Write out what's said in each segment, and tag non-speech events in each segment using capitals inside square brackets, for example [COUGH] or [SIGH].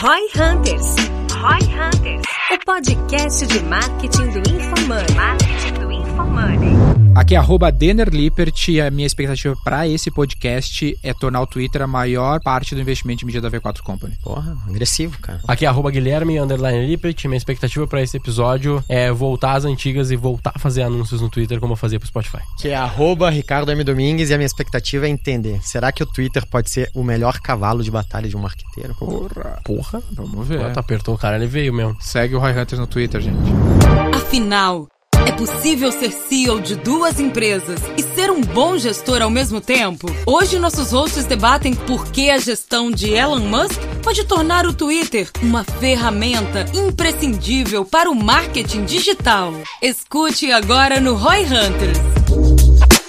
Roy Hunters. Roy Hunters. O podcast de marketing do InfoMoney. Marketing do InfoMoney. Aqui é arroba Denner Lippert e a minha expectativa para esse podcast é tornar o Twitter a maior parte do investimento de mídia da V4 Company. Porra, agressivo, cara. Aqui é arroba Guilherme underline Lippert. Minha expectativa para esse episódio é voltar às antigas e voltar a fazer anúncios no Twitter como eu fazia pro Spotify. Que é arroba Ricardo M. Domingues e a minha expectativa é entender. Será que o Twitter pode ser o melhor cavalo de batalha de um marqueteiro? Porra. Porra, Vamos ver. tu apertou o cara, ele veio mesmo. Segue o Roy Hunters no Twitter, gente. Afinal, é possível ser CEO de duas empresas e ser um bom gestor ao mesmo tempo? Hoje nossos hosts debatem por que a gestão de Elon Musk pode tornar o Twitter uma ferramenta imprescindível para o marketing digital. Escute agora no Roy Hunters.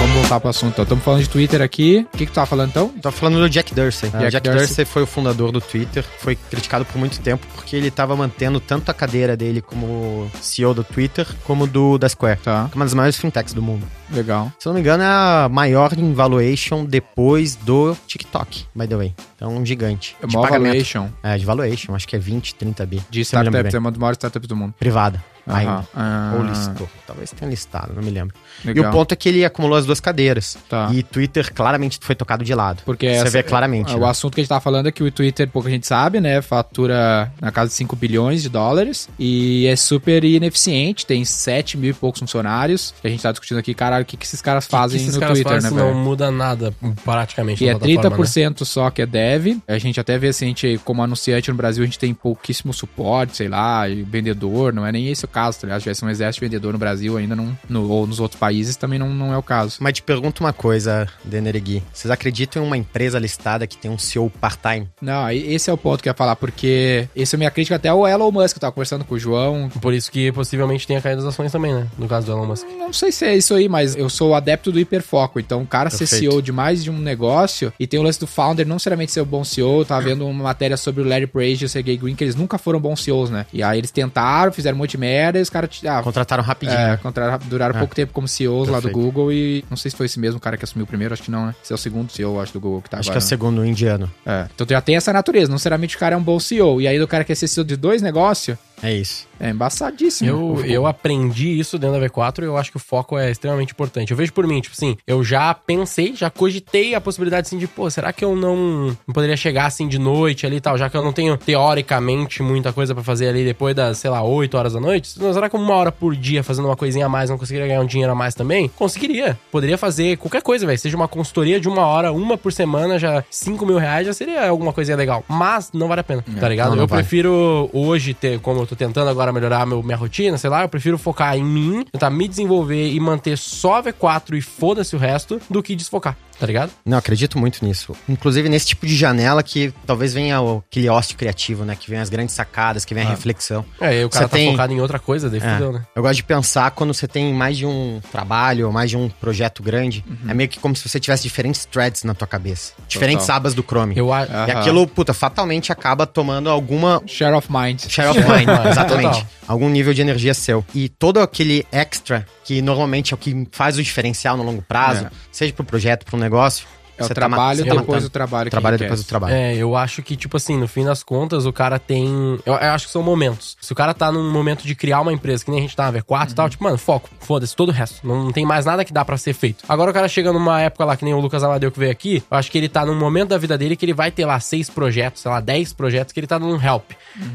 Vamos voltar pro assunto. Estamos falando de Twitter aqui. O que, que tu tá falando então? Tô falando do Jack Dorsey. Jack o É, Jack Dorsey. Dorsey. foi o fundador do Twitter, foi criticado por muito tempo porque ele tava mantendo tanto a cadeira dele como CEO do Twitter, como do da Square. Tá, que é Uma das maiores fintechs do mundo. legal. Se eu não me engano, é a maior em valuation depois do TikTok, by the way. Então, um gigante. É Maior valuation É, de valuation, acho que é 20, 30 bi. de Se eu me lembro startups, é bem. uma das maiores startups do mundo. Privada. Ainda. Aham. Ah, Ou listou. Talvez tenha listado, não me lembro. Legal. E o ponto é que ele acumulou as duas cadeiras. Tá. E Twitter claramente foi tocado de lado. Porque Você essa- vê claramente. O né? assunto que a gente tava falando é que o Twitter, pouco a gente sabe, né? Fatura na casa de 5 bilhões de dólares e é super ineficiente, tem 7 mil e poucos funcionários. A gente tá discutindo aqui, caralho, o que, que esses caras fazem Que esses no caras Twitter, fazem, né, Não velho? muda nada praticamente. E na é plataforma, né? 30% só que é dev. A gente até vê, assim, a gente, como anunciante no Brasil, a gente tem pouquíssimo suporte, sei lá, e vendedor, não é nem esse o caso, tá ligado? Se tivesse um exército de vendedor no Brasil, ainda não, no- ou nos outros países, também não, não é o caso. Mas te pergunto uma coisa, Denergui. Vocês acreditam em uma empresa listada que tem um CEO part-time? Não, e- esse é o ponto que eu ia falar, porque essa é a minha crítica até ao Elon Musk, eu tava conversando com o João, Por isso que possivelmente tenha caído as ações também, né? No caso do Elon Musk. Não sei se é isso aí, mas eu sou adepto do hiperfoco. Então, o cara ser Perfeito. CEO de mais de um negócio e tem o lance do founder não necessariamente ser o bom CEO. Eu É. Tava vendo uma matéria sobre o Larry Page e o Sergey Green, que eles nunca foram bons CEOs, né? E aí eles tentaram, fizeram um monte de merda e os caras. Ah, Contrataram rapidinho. é, contrataram- duraram É. pouco tempo como CEOs lá do Perfeito. Google e não sei se foi esse mesmo cara que assumiu o primeiro, acho que não, né? Esse é o segundo CEO, acho, do Google que tá Acho que é agora, o segundo, o indiano. né? É. Então tu já tem essa natureza, não necessariamente o cara é um bom CEO. E aí o cara quer ser CEO de dois negócios, É isso. é embaçadíssimo. Eu, eu aprendi isso dentro da V4 e eu acho que o foco é extremamente importante. Eu vejo por mim, tipo assim, eu já pensei, já cogitei a possibilidade assim de, pô, será que eu não, não poderia chegar assim de noite ali e tal, já que eu não tenho teoricamente muita coisa pra fazer ali depois das, sei lá, 8 horas da noite? Então, Será que uma hora por dia fazendo uma coisinha a mais não conseguiria ganhar um dinheiro a mais também? Conseguiria. Poderia fazer qualquer coisa, velho. Seja uma consultoria de uma hora, uma por semana, já 5 mil reais, já seria alguma coisinha legal. Mas não vale a pena, tá ligado? É, não, não eu vale. prefiro prefiro hoje ter, como eu tô tentando agora melhorar meu, minha rotina, sei lá, eu prefiro focar em mim, tentar me desenvolver e manter só a V4 e foda-se o resto, do que desfocar, tá ligado? Não, acredito muito nisso. Inclusive nesse tipo de janela que talvez venha o- aquele ócio criativo, né? Que vem as grandes sacadas, que vem a reflexão. É, aí o cara Você tá tem- focado em outra coisa, daí É. fudeu, né? Eu gosto de pensar quando você tem mais de um trabalho, mais de um projeto grande. Uhum. É meio que como se você tivesse diferentes threads na tua cabeça. Diferentes abas do Chrome. Eu acho. Ah. E Aham. aquilo, puta, fatalmente acaba tomando alguma Share of mind. share [LAUGHS] of mind. Total. exatamente. Algum nível de energia seu. E todo aquele extra, que normalmente é o que faz o diferencial no longo prazo, É. seja pro projeto, pro negócio. É o você tá ma- trabalho você tá depois do matando. trabalho. que Trabalho enriquece. depois do trabalho. É, eu acho que, tipo assim, no fim das contas, o cara tem. Eu, eu acho que são momentos. Se o cara tá num momento de criar uma empresa, que nem a gente tá na V4 e tal, tipo, mano, foco, foda-se, todo o resto. Não, não tem mais nada que dá pra ser feito. Agora o cara chega numa época lá, que nem o Lucas Amadeu que veio aqui, eu acho que ele tá num momento da vida dele que ele vai ter lá seis projetos, sei lá, dez projetos, que ele tá num help.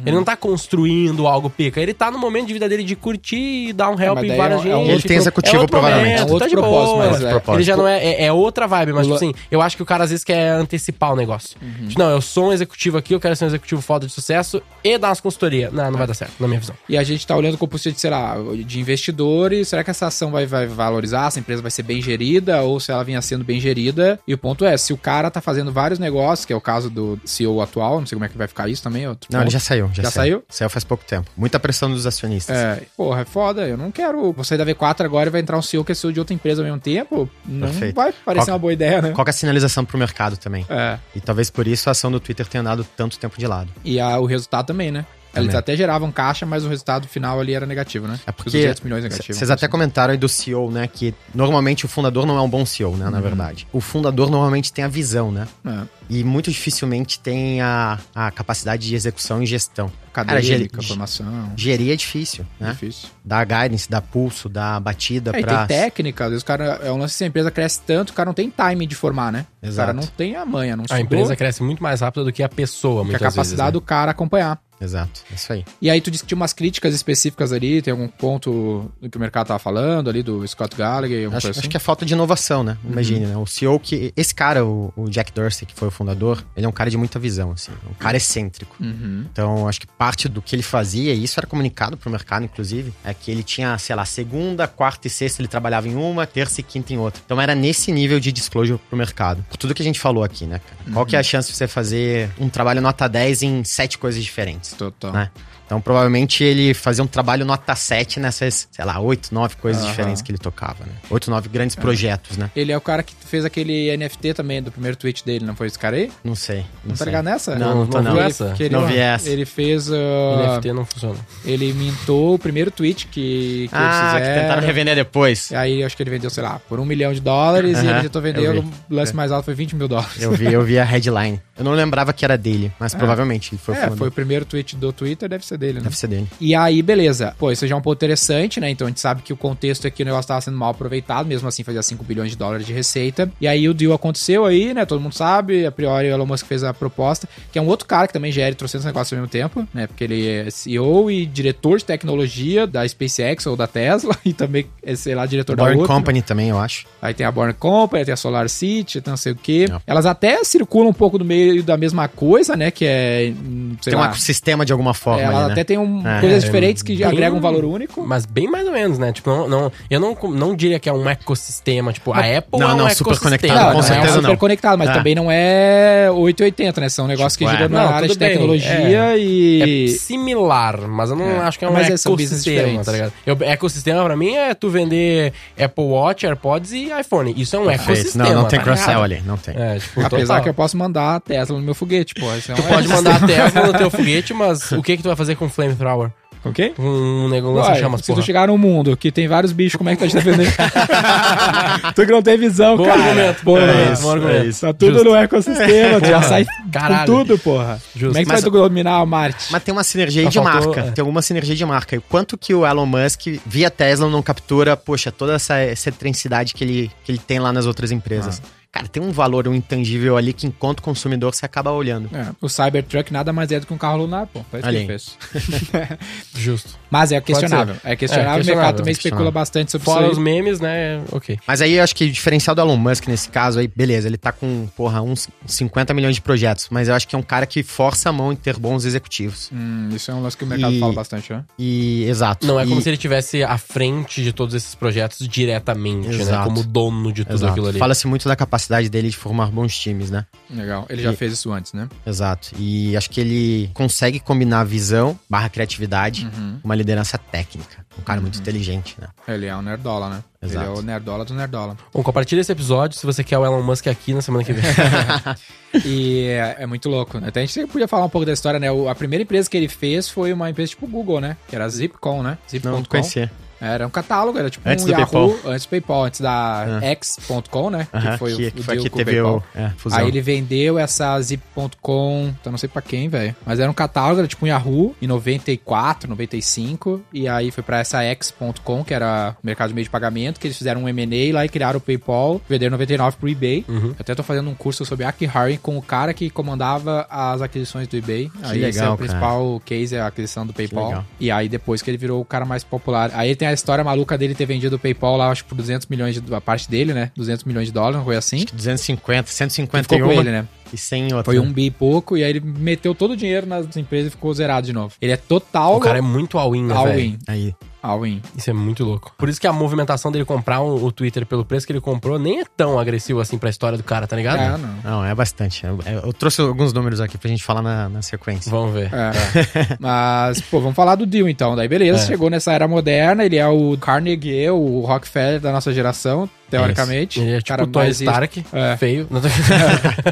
Ele não tá construindo algo pica, ele tá num momento de vida dele de curtir e dar um help mas em daí várias é um- é um gente. Ele tem executivo, outro provavelmente. momento, É um outro tá de propósito, boa. mas é- Propósito. Ele já não é, é, é outra vibe, mas, O tipo lo- assim, eu acho que o cara às vezes quer antecipar o negócio. Uhum. Tipo, Não, eu sou um executivo aqui, eu quero ser um executivo foda de sucesso e dar umas consultorias. Não, É. não vai dar certo, na minha visão. E a gente tá olhando o composto de, sei lá, de investidor e será que essa ação vai, vai valorizar, se a empresa vai ser bem gerida ou se ela vinha sendo bem gerida. E o ponto é, se o cara tá fazendo vários negócios, que é o caso do CEO atual, não sei como é que vai ficar isso também. Outro Não, ponto. ele já saiu. Já, Já saiu? saiu? Saiu faz pouco tempo. Muita pressão dos acionistas. É, porra, é foda. Eu não quero. Vou sair da V4 agora e vai entrar um CEO que é CEO de outra empresa ao mesmo tempo. Não Perfeito. vai parecer Qual- uma boa ideia, né? Qual que é a sinalização pro mercado também? É. E talvez por isso a ação do Twitter tenha dado tanto tempo de lado. E a- o resultado também, né? Eles Também. até geravam caixa, mas o resultado final ali era negativo, né? É Os porque 200 milhões negativos. vocês até comentaram aí do CEO, né? Que normalmente o fundador não é um bom CEO, né? Na Uhum. verdade. O fundador normalmente tem a visão, né? É. E muito dificilmente tem a, a capacidade de execução e gestão. Acadêmica, Cara, ge- formação, Gerir é difícil, né? difícil. Dar guidance, dar pulso, dar batida Uhum. É, e pra. tem técnica, às vezes o cara, é um lance assim, a empresa cresce tanto, o cara não tem time de formar, né? O Exato. cara não tem a manha, não A estudou, empresa cresce muito mais rápido do que a pessoa, que a muitas capacidade vezes. né? do cara acompanhar. Exato. É isso aí. E aí tu disse que tinha umas críticas específicas ali, tem algum ponto do que o mercado tava falando ali, do Scott Gallagher, alguma Acho, coisa acho assim? Uhum. que é falta de inovação, né? Imagine, né? O CEO que. Esse cara, o, o Jack Dorsey, que foi o fundador, ele é um cara de muita visão, assim. Um cara excêntrico. Uhum. Então, acho que parte do que ele fazia, e isso era comunicado pro mercado, inclusive, é que ele tinha, sei lá, segunda, quarta e sexta ele trabalhava em uma, terça e quinta em outra. Então, era nesse nível de disclosure pro mercado. Por tudo que a gente falou aqui, né, cara? Qual Uhum. que é a chance de você fazer um trabalho nota 10 em sete coisas diferentes? Total. Né? Então, provavelmente, ele fazia um trabalho nota 7 nessas, sei lá, 8, 9 coisas Aham. diferentes que ele tocava, né? 8, 9 grandes projetos, né? Ele é o cara que fez aquele NFT também, do primeiro tweet dele, não foi esse cara aí? Não sei. Não, Não tá sei. ligado nessa? Não, não tô Não não. vi Ele- essa. que ele, Não vi essa. ele fez. uh, NFT não funciona. ele mintou o primeiro tweet que, que eles Ah, que fizeram. tentaram revender depois. E aí acho que ele vendeu, sei lá, por um milhão de dólares e Aham, ele tentou vender, eu vi. É. o lance mais alto foi 20 mil dólares. Eu vi, eu vi a headline. Eu não lembrava que era dele, mas provavelmente ele foi é, falando. foi o primeiro tweet do Twitter, deve ser dele, né? Deve ser dele. E aí, beleza. Pô, isso já é um ponto interessante, né? Então a gente sabe que o contexto aqui, o negócio tava sendo mal aproveitado, mesmo assim fazia 5 bilhões de dólares de receita. E aí o deal aconteceu aí, né? Todo mundo sabe, a priori o Elon Musk fez a proposta, que é um outro cara que também gera e trouxe esse negócio ao mesmo tempo, né? Porque ele é CEO e diretor de tecnologia da SpaceX ou da Tesla, [LAUGHS] e também, é, sei lá, diretor da Born outra. Company também, eu acho. Aí tem a Born Company, tem a Solar City, tem não sei o quê. É. Elas até circulam um pouco do meio da mesma coisa, né? Que é, hum, sei Tem um lá... ecossistema de alguma forma Ela ali, né? até tem um, É, coisas é, diferentes que bem- agregam um valor único. Mas bem mais ou menos, né? Tipo, não, não- eu não, não diria que é um ecossistema. Tipo, a Apple Não, é um não, super ecossistema. conectado, com né? é certeza super não. conectado, mas É. também não é 880, né? São negócios Tipo, que é. giram na Não, área de tudo bem, tecnologia É e. similar, mas eu não É. acho que é um Mas é, são business ecossistema, diferentes. tá ligado? Eu, ecossistema pra mim é tu vender Apple Watch, AirPods e iPhone. Isso é um Perfeito. ecossistema. Não, não tem tá cross-sell ligado? ali, não tem. É, tipo, Apesar total. que eu posso mandar a Tesla no meu foguete, pô. Isso é Tu um- pode mandar a Tesla no teu foguete, mas o que que tu vai fazer com o Flamethrower? assim. Ok? Um negócio Uai, que chama se tu chegar num mundo que tem vários bichos, como é que tá te [LAUGHS] defendendo? tu que não tem visão, Bom cara. argumento, Porra, é isso, bom é argumento. isso. Tá tudo Justo. no ecossistema, tu já sai Caralho. com tudo, porra. Justo. Como é que tu Mas- vai dominar a Marte? Mas tem uma sinergia Só de faltou- marca. é. Tem alguma sinergia de marca. E quanto que o Elon Musk, via Tesla, não captura, poxa, toda essa excentricidade que ele, que ele tem lá nas outras empresas. Ah. Cara, tem um valor, um intangível ali que enquanto consumidor você acaba olhando. É, o Cybertruck nada mais é do que um carro lunar, pô. Foi isso que Olha ele aí. fez. Justo. Mas é questionável. É questionável, o É, mercado questionável, também é especula bastante sobre Fora os isso. aí. memes, né? Ok. Mas aí eu acho que o diferencial do Elon Musk nesse caso aí, beleza, ele tá com, porra, uns 50 milhões de projetos, mas eu acho que é um cara que força a mão em ter bons executivos. Hum, isso é um lance que o mercado E- fala bastante, né? E exato. Não é como E- se ele tivesse à frente de todos esses projetos diretamente, né? Exato. Como dono de tudo Exato. aquilo ali. Fala-se muito da capacidade dele de formar bons times, né? Legal. Ele já E- fez isso antes, né? Exato. E acho que ele consegue combinar a visão barra criatividade Uhum. com uma liderança técnica. Um cara muito inteligente, né? Ele é um nerdola, né? Exato. Ele é o nerdola do nerdola. Bom, compartilha esse episódio se você quer o Elon Musk aqui na semana que vem. E é, é muito louco. né? Até a gente podia falar um pouco da história, né? O- a primeira empresa que ele fez foi uma empresa tipo Google, né? Que era a Zipcom, né? Não, não Zip.com. conhecia. Era um catálogo, era tipo Antes um do Yahoo, antes do PayPal, antes da Ah. X.com, né? Aham, que foi o, que, que o foi deal que com teve PayPal. o, é, fusão. Aí ele vendeu essa Zip.com, então não sei pra quem, velho. Mas era um catálogo, era tipo um Yahoo, em 94, 95. E aí foi pra essa X.com, que era o mercado de meio de pagamento, que eles fizeram um M&A lá e criaram o PayPal, venderam 99 pro eBay. Uhum. Eu até tô fazendo um curso sobre acquiring com o cara que comandava as aquisições do eBay. aí esse é legal, o principal case, é a aquisição do PayPal. legal. E aí depois que ele virou o cara mais popular. Aí tem a história maluca dele ter vendido o PayPal lá, acho que por 200 milhões de... A parte dele, né? 200 milhões de dólares, uma coisa assim. 250, E ficou 151 com ele, né? e 100 outra. Foi um bi e pouco, e aí ele meteu todo o dinheiro nas empresas e ficou zerado de novo. Ele é total o cara é muito all-in, né, velho? all-in. Aí. All-in. Isso é muito louco. Por isso que a movimentação dele comprar um, o o Twitter pelo preço que ele comprou nem é tão agressivo assim pra história do cara, tá ligado? É, não. Não, é bastante. Eu, eu trouxe alguns números aqui pra gente falar na, na sequência. Vamos ver. É. Mas, pô, vamos falar do Deal então. Daí, beleza, É. chegou nessa era moderna, ele é o Carnegie, o Rockefeller da nossa geração. teoricamente. Ele é tipo cara o Tony mais ris- Stark, É. feio.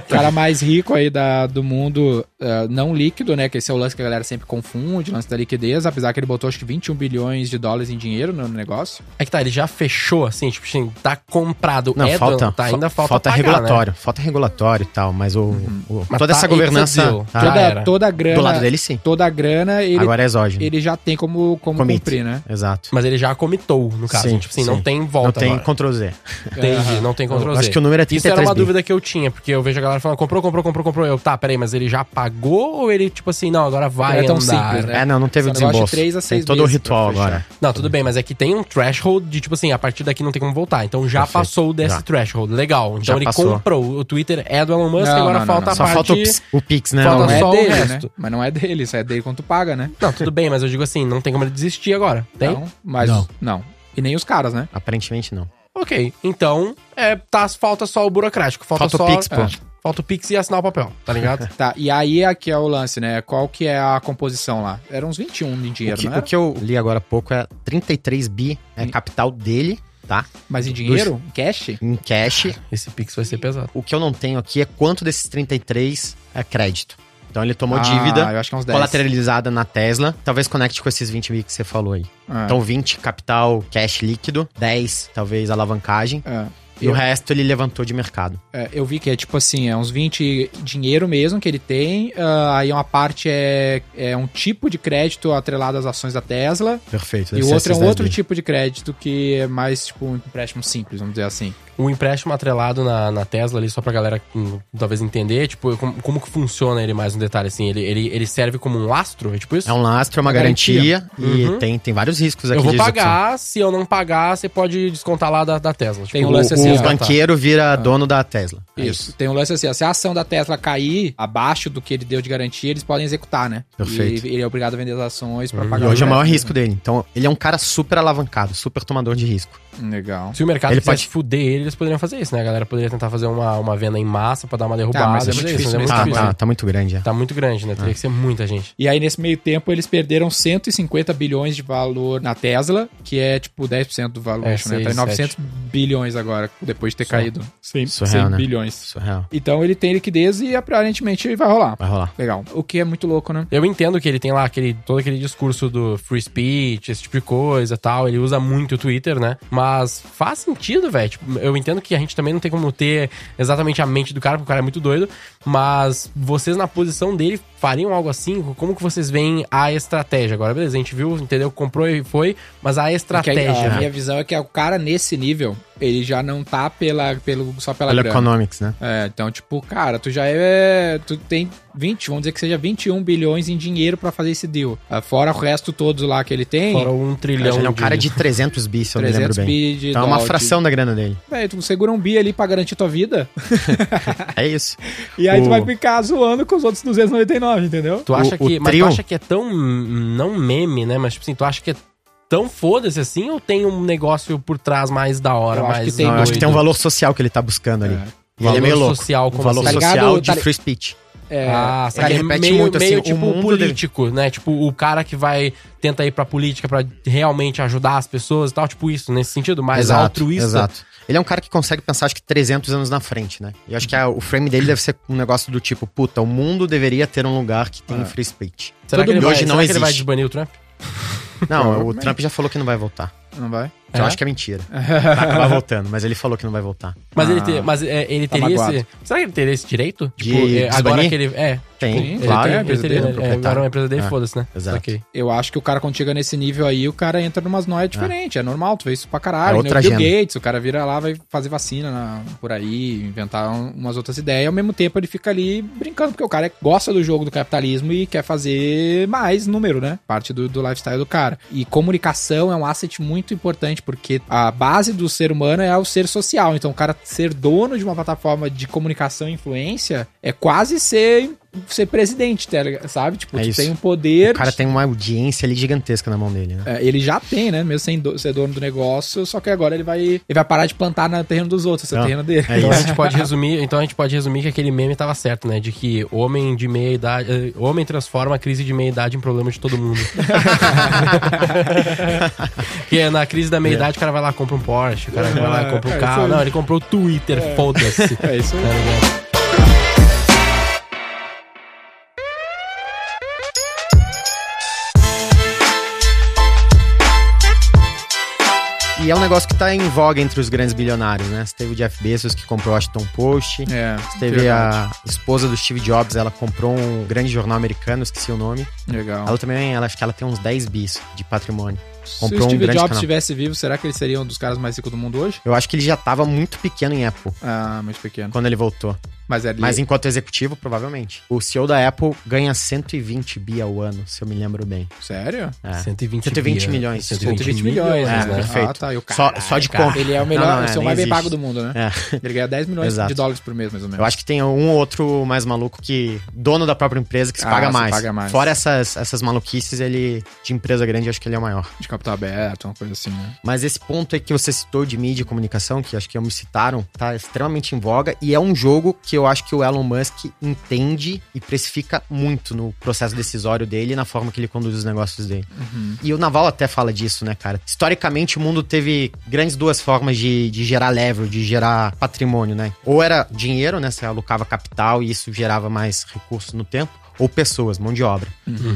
cara mais rico aí da, do mundo ah, não líquido, né? Que esse é o lance que a galera sempre confunde, o lance da liquidez, apesar que ele botou acho que 21 bilhões de dólares em dinheiro no negócio. [LAUGHS] É que tá, ele já fechou, assim, tipo, assim, tá comprado. Não, é falta, dono, tá, ainda falta pagar, né? regulatório, falta regulatório e tal, mas o, o- Mas toda essa tá, it's a governança deal. tá, Ah, toda, era. toda a grana. do lado dele sim. Toda a grana ele, Agora é exógeno. ele já tem como, como Commit. cumprir, né? Exato. Mas ele já comitou, no caso. Sim, tipo assim, sim. não tem Não volta tem agora. Ctrl Z. Entendi, não tem Ctrl Eu Z. acho que o número é Isso era 33 uma bi. dúvida que eu tinha, porque eu vejo a galera falando, comprou, comprou, comprou, comprou. Eu, tá, peraí, mas ele já pagou ou ele, tipo assim, não, agora vai Não é tão andar? simples, né? É, não, não teve o Esse negócio de desembolso. três a seis tem todo o meses pra ritual fechar. agora. Não, tudo bem, mas é que tem um threshold de tipo assim, a partir daqui não tem como voltar. Então já Perfeito, passou desse já. threshold. Legal. Então Já ele passou. comprou. O Twitter é do Elon Musk, Não, agora não, não, falta não. a Só parte. falta o Pix, o Pix, né? Falta Não Não, é só o dele, resto. né? Mas não é dele, isso é dele quando tu paga, né? Não, tudo bem, mas eu digo assim, não tem como ele desistir agora. Tem? Não, mas não. Não. E nem os caras, né? Aparentemente não. Ok. Então, é, tá, falta só o burocrático. Falta, Falta o só- Pix, pô. é, falta o Pix e assinar o papel, tá ligado? [LAUGHS] Tá, e aí aqui é o lance, né? Qual que é a composição lá? Eram uns 21 em O dinheiro, que, né? não era? o que eu li agora há pouco é 33 bi é Hum. capital dele, tá? Mas em dinheiro? Em Cash? Em cash. Esse Pix vai ser pesado. O que eu não tenho aqui é quanto desses 33 é crédito. Então ele tomou Ah, dívida eu acho que é uns 10. colateralizada na Tesla. Talvez conecte com esses 20 bi que você falou aí. Ah, Então 20 capital cash líquido, 10 talvez alavancagem. ah. E Eu- o resto ele levantou de mercado. É, eu vi que é tipo assim, é uns 20 dinheiro mesmo que ele tem. ah, aí uma parte é, é um tipo de crédito atrelado às ações da Tesla. Perfeito. e o outro é um outro tipo de crédito que é mais tipo um empréstimo simples, vamos dizer assim. O empréstimo atrelado na, na Tesla ali, só pra galera hum, talvez entender, tipo, como, como que funciona ele mais no detalhe, assim? Ele, ele, ele serve como um lastro? É tipo isso? É um lastro, é uma Uma garantia, e Uhum. tem, tem vários riscos aqui. Eu vou de execução. pagar, se eu não pagar, você pode descontar lá da, da Tesla. Tem um o- lance o assim, ó. O tá. banqueiro vira dono da Tesla. É Isso. Tem um lance assim, ó, se a ação da Tesla cair abaixo do que ele deu de garantia, eles podem executar, né? Perfeito. E ele é obrigado a vender as ações pra E pagar. hoje é o maior crédito, risco dele. Então, ele é um cara super alavancado, super tomador de risco. né? Legal. Se o mercado Ele quisesse pode- fuder ele, eles poderiam fazer isso, né? A galera poderia tentar fazer uma, uma venda em massa pra dar uma derrubada. né? mas é muito fazer difícil mas mesmo. Tá, difícil, tá, tá muito grande, é. Tá muito grande, né? Teria que ser muita gente. E aí, nesse meio tempo, eles perderam 150 bilhões de valor na Tesla, que é tipo 10% do valor, É, acho, né? seis, Tá em 900 sete. bilhões agora, depois de ter Só- caído. 100, surreal, né? bilhões. Surreal. Então ele tem liquidez e aparentemente vai rolar. Vai rolar. Legal. O que é muito louco, né? Eu entendo que ele tem lá aquele, todo aquele discurso do free speech, esse tipo de coisa e tal. Ele usa muito o Twitter, né? Mas faz sentido, velho. Tipo, eu entendo que a gente também não tem como ter exatamente a mente do cara, porque o cara é muito doido. Mas vocês na posição dele fariam algo assim? Como que vocês veem a estratégia? Agora, beleza, a gente viu, entendeu? Comprou e foi, mas É a Porque ah, estratégia. A, a né? minha visão é que o cara nesse nível, ele já não tá pela, pelo, só pela Pelo grana. economics, né? É, então, tipo, cara, tu já é. Tu tem 20, vamos dizer que seja 21 bilhões em dinheiro pra fazer esse deal. Ah, Fora o resto todo lá que ele tem. Fora um trilhão. Ele é um cara de 300 bi, se eu me lembro 300 bem. bi de Então é uma dólar. fração da grana dele. Véi, tu segura um bi ali pra garantir tua vida. [LAUGHS] É isso. E aí tu O- vai ficar zoando com os outros 299, entendeu? Tu acha O- o que. Mas tu trio- acha que é tão. hum, Não meme, né? Mas tipo assim, tu acha que é tão foda-se assim ou tem um negócio por trás mais da hora, Eu acho mais. que tem Não, eu acho que doido? tem um valor social que ele tá buscando ali. É. E ele é meio louco. social, Um como valor assim? Tá social ligado? Tá de li- free speech. É, Ah, saca, que é repete meio, muito, assim, meio o tipo mundo político, né? Tipo, o cara que vai tenta ir pra política pra realmente ajudar as pessoas e tal, tipo isso, nesse sentido, mais altruísta. Exato. Ele é um cara que consegue pensar, acho que 300 anos na frente, né? E eu acho que a- o frame dele deve ser um negócio do tipo, puta, o mundo deveria ter um lugar que tem É. free speech. Será, Todo que ele, mundo vai, hoje será não que ele vai existe. desbanir o Trump? Não, o Provavelmente. Trump já falou que não vai voltar. não vai? Que Eu É? acho que é mentira. Vai acabar voltando, mas ele falou que não vai voltar. Mas ele, Ah. ter, mas, é, ele Tá teria magoado. esse. Será que ele teria esse direito? De é, agora desbanir? que ele. É, Tem, Ele claro. né? tem a ele empresa teria, dele, ele um é, agora é uma proprietário. empresa dele, É. foda-se, né? Exato. Saquei. Eu acho que o cara, quando chega nesse nível aí, o cara entra numas noias diferentes. É. normal, tu vê isso pra caralho. É né? outra o Bill agenda. Gates, o cara vira lá, vai fazer vacina na- por aí, inventar um- umas outras ideias. E ao mesmo tempo ele fica ali brincando, porque o cara é- gosta do jogo do capitalismo e quer fazer mais número, né? Parte do, do lifestyle do cara. E comunicação é um asset muito importante, porque a base do ser humano é o ser social. Então o cara ser dono de uma plataforma de comunicação e influência é quase ser ser presidente, tá ligado? sabe? Tipo, É tu isso. tem um poder. O cara tem uma audiência ali gigantesca na mão dele, né? É, ele já tem, né? Mesmo sem do- ser dono do negócio, só que agora ele vai, ele vai parar de plantar no terreno dos outros, esse é o Não, terreno dele. é Então, Então a isso. gente pode resumir, então a gente pode resumir que aquele meme tava certo, né? De que homem de meia idade, eh, homem transforma a crise de meia idade em problema de [LAUGHS] todo mundo. que é na crise da meia idade o cara vai lá compra um Porsche, o cara vai lá compra É, um isso carro, aí. não, ele comprou o Twitter, foda-se. É isso aí. Tá ligado? E é um negócio que tá em voga entre os grandes bilionários, né? Você teve o Jeff Bezos que comprou o Washington Post. É, Você teve a esposa do Steve Jobs, ela comprou um grande jornal americano, esqueci o nome. Legal. Ela também, ela acho que ela tem uns 10 bis de patrimônio. Se comprou o um Steve grande Jobs canal. estivesse vivo, será que ele seria um dos caras mais ricos do mundo hoje? Eu acho que ele já tava muito pequeno em Apple Ah, muito pequeno. quando ele voltou. Mas é ele... Mas enquanto executivo, provavelmente. O CEO da Apple ganha 120 bi ao ano, se eu me lembro bem. Sério? É. 120, 120 bilhões. milhões, 120, 120 milhões, né? É, perfeito. Ah, tá. E o Só- caralho, só de cara, compra. Ele é o melhor, Não, não, o é, seu nem mais bem existe. pago do mundo, né? [LAUGHS] É. Ele ganha 10 milhões Exato. de dólares por mês, mais ou menos. Eu acho que tem um ou outro mais maluco que. dono da própria empresa que se Ah, paga, se mais. paga mais. Fora essas, essas maluquices, ele. de empresa grande, eu acho que ele é o maior. De capital aberto, uma coisa assim, né? Mas esse ponto aí que você citou de mídia e comunicação, que acho que ambos citaram, tá extremamente em voga e é um jogo que eu acho que o Elon Musk entende e precifica muito no processo decisório dele e na forma que ele conduz os negócios dele. E o Naval até fala disso, né, cara? Historicamente, o mundo teve grandes duas formas de, de gerar level, de gerar patrimônio, né? Ou era dinheiro, né? Você alocava capital e isso gerava mais recursos no tempo. Ou pessoas, mão de obra.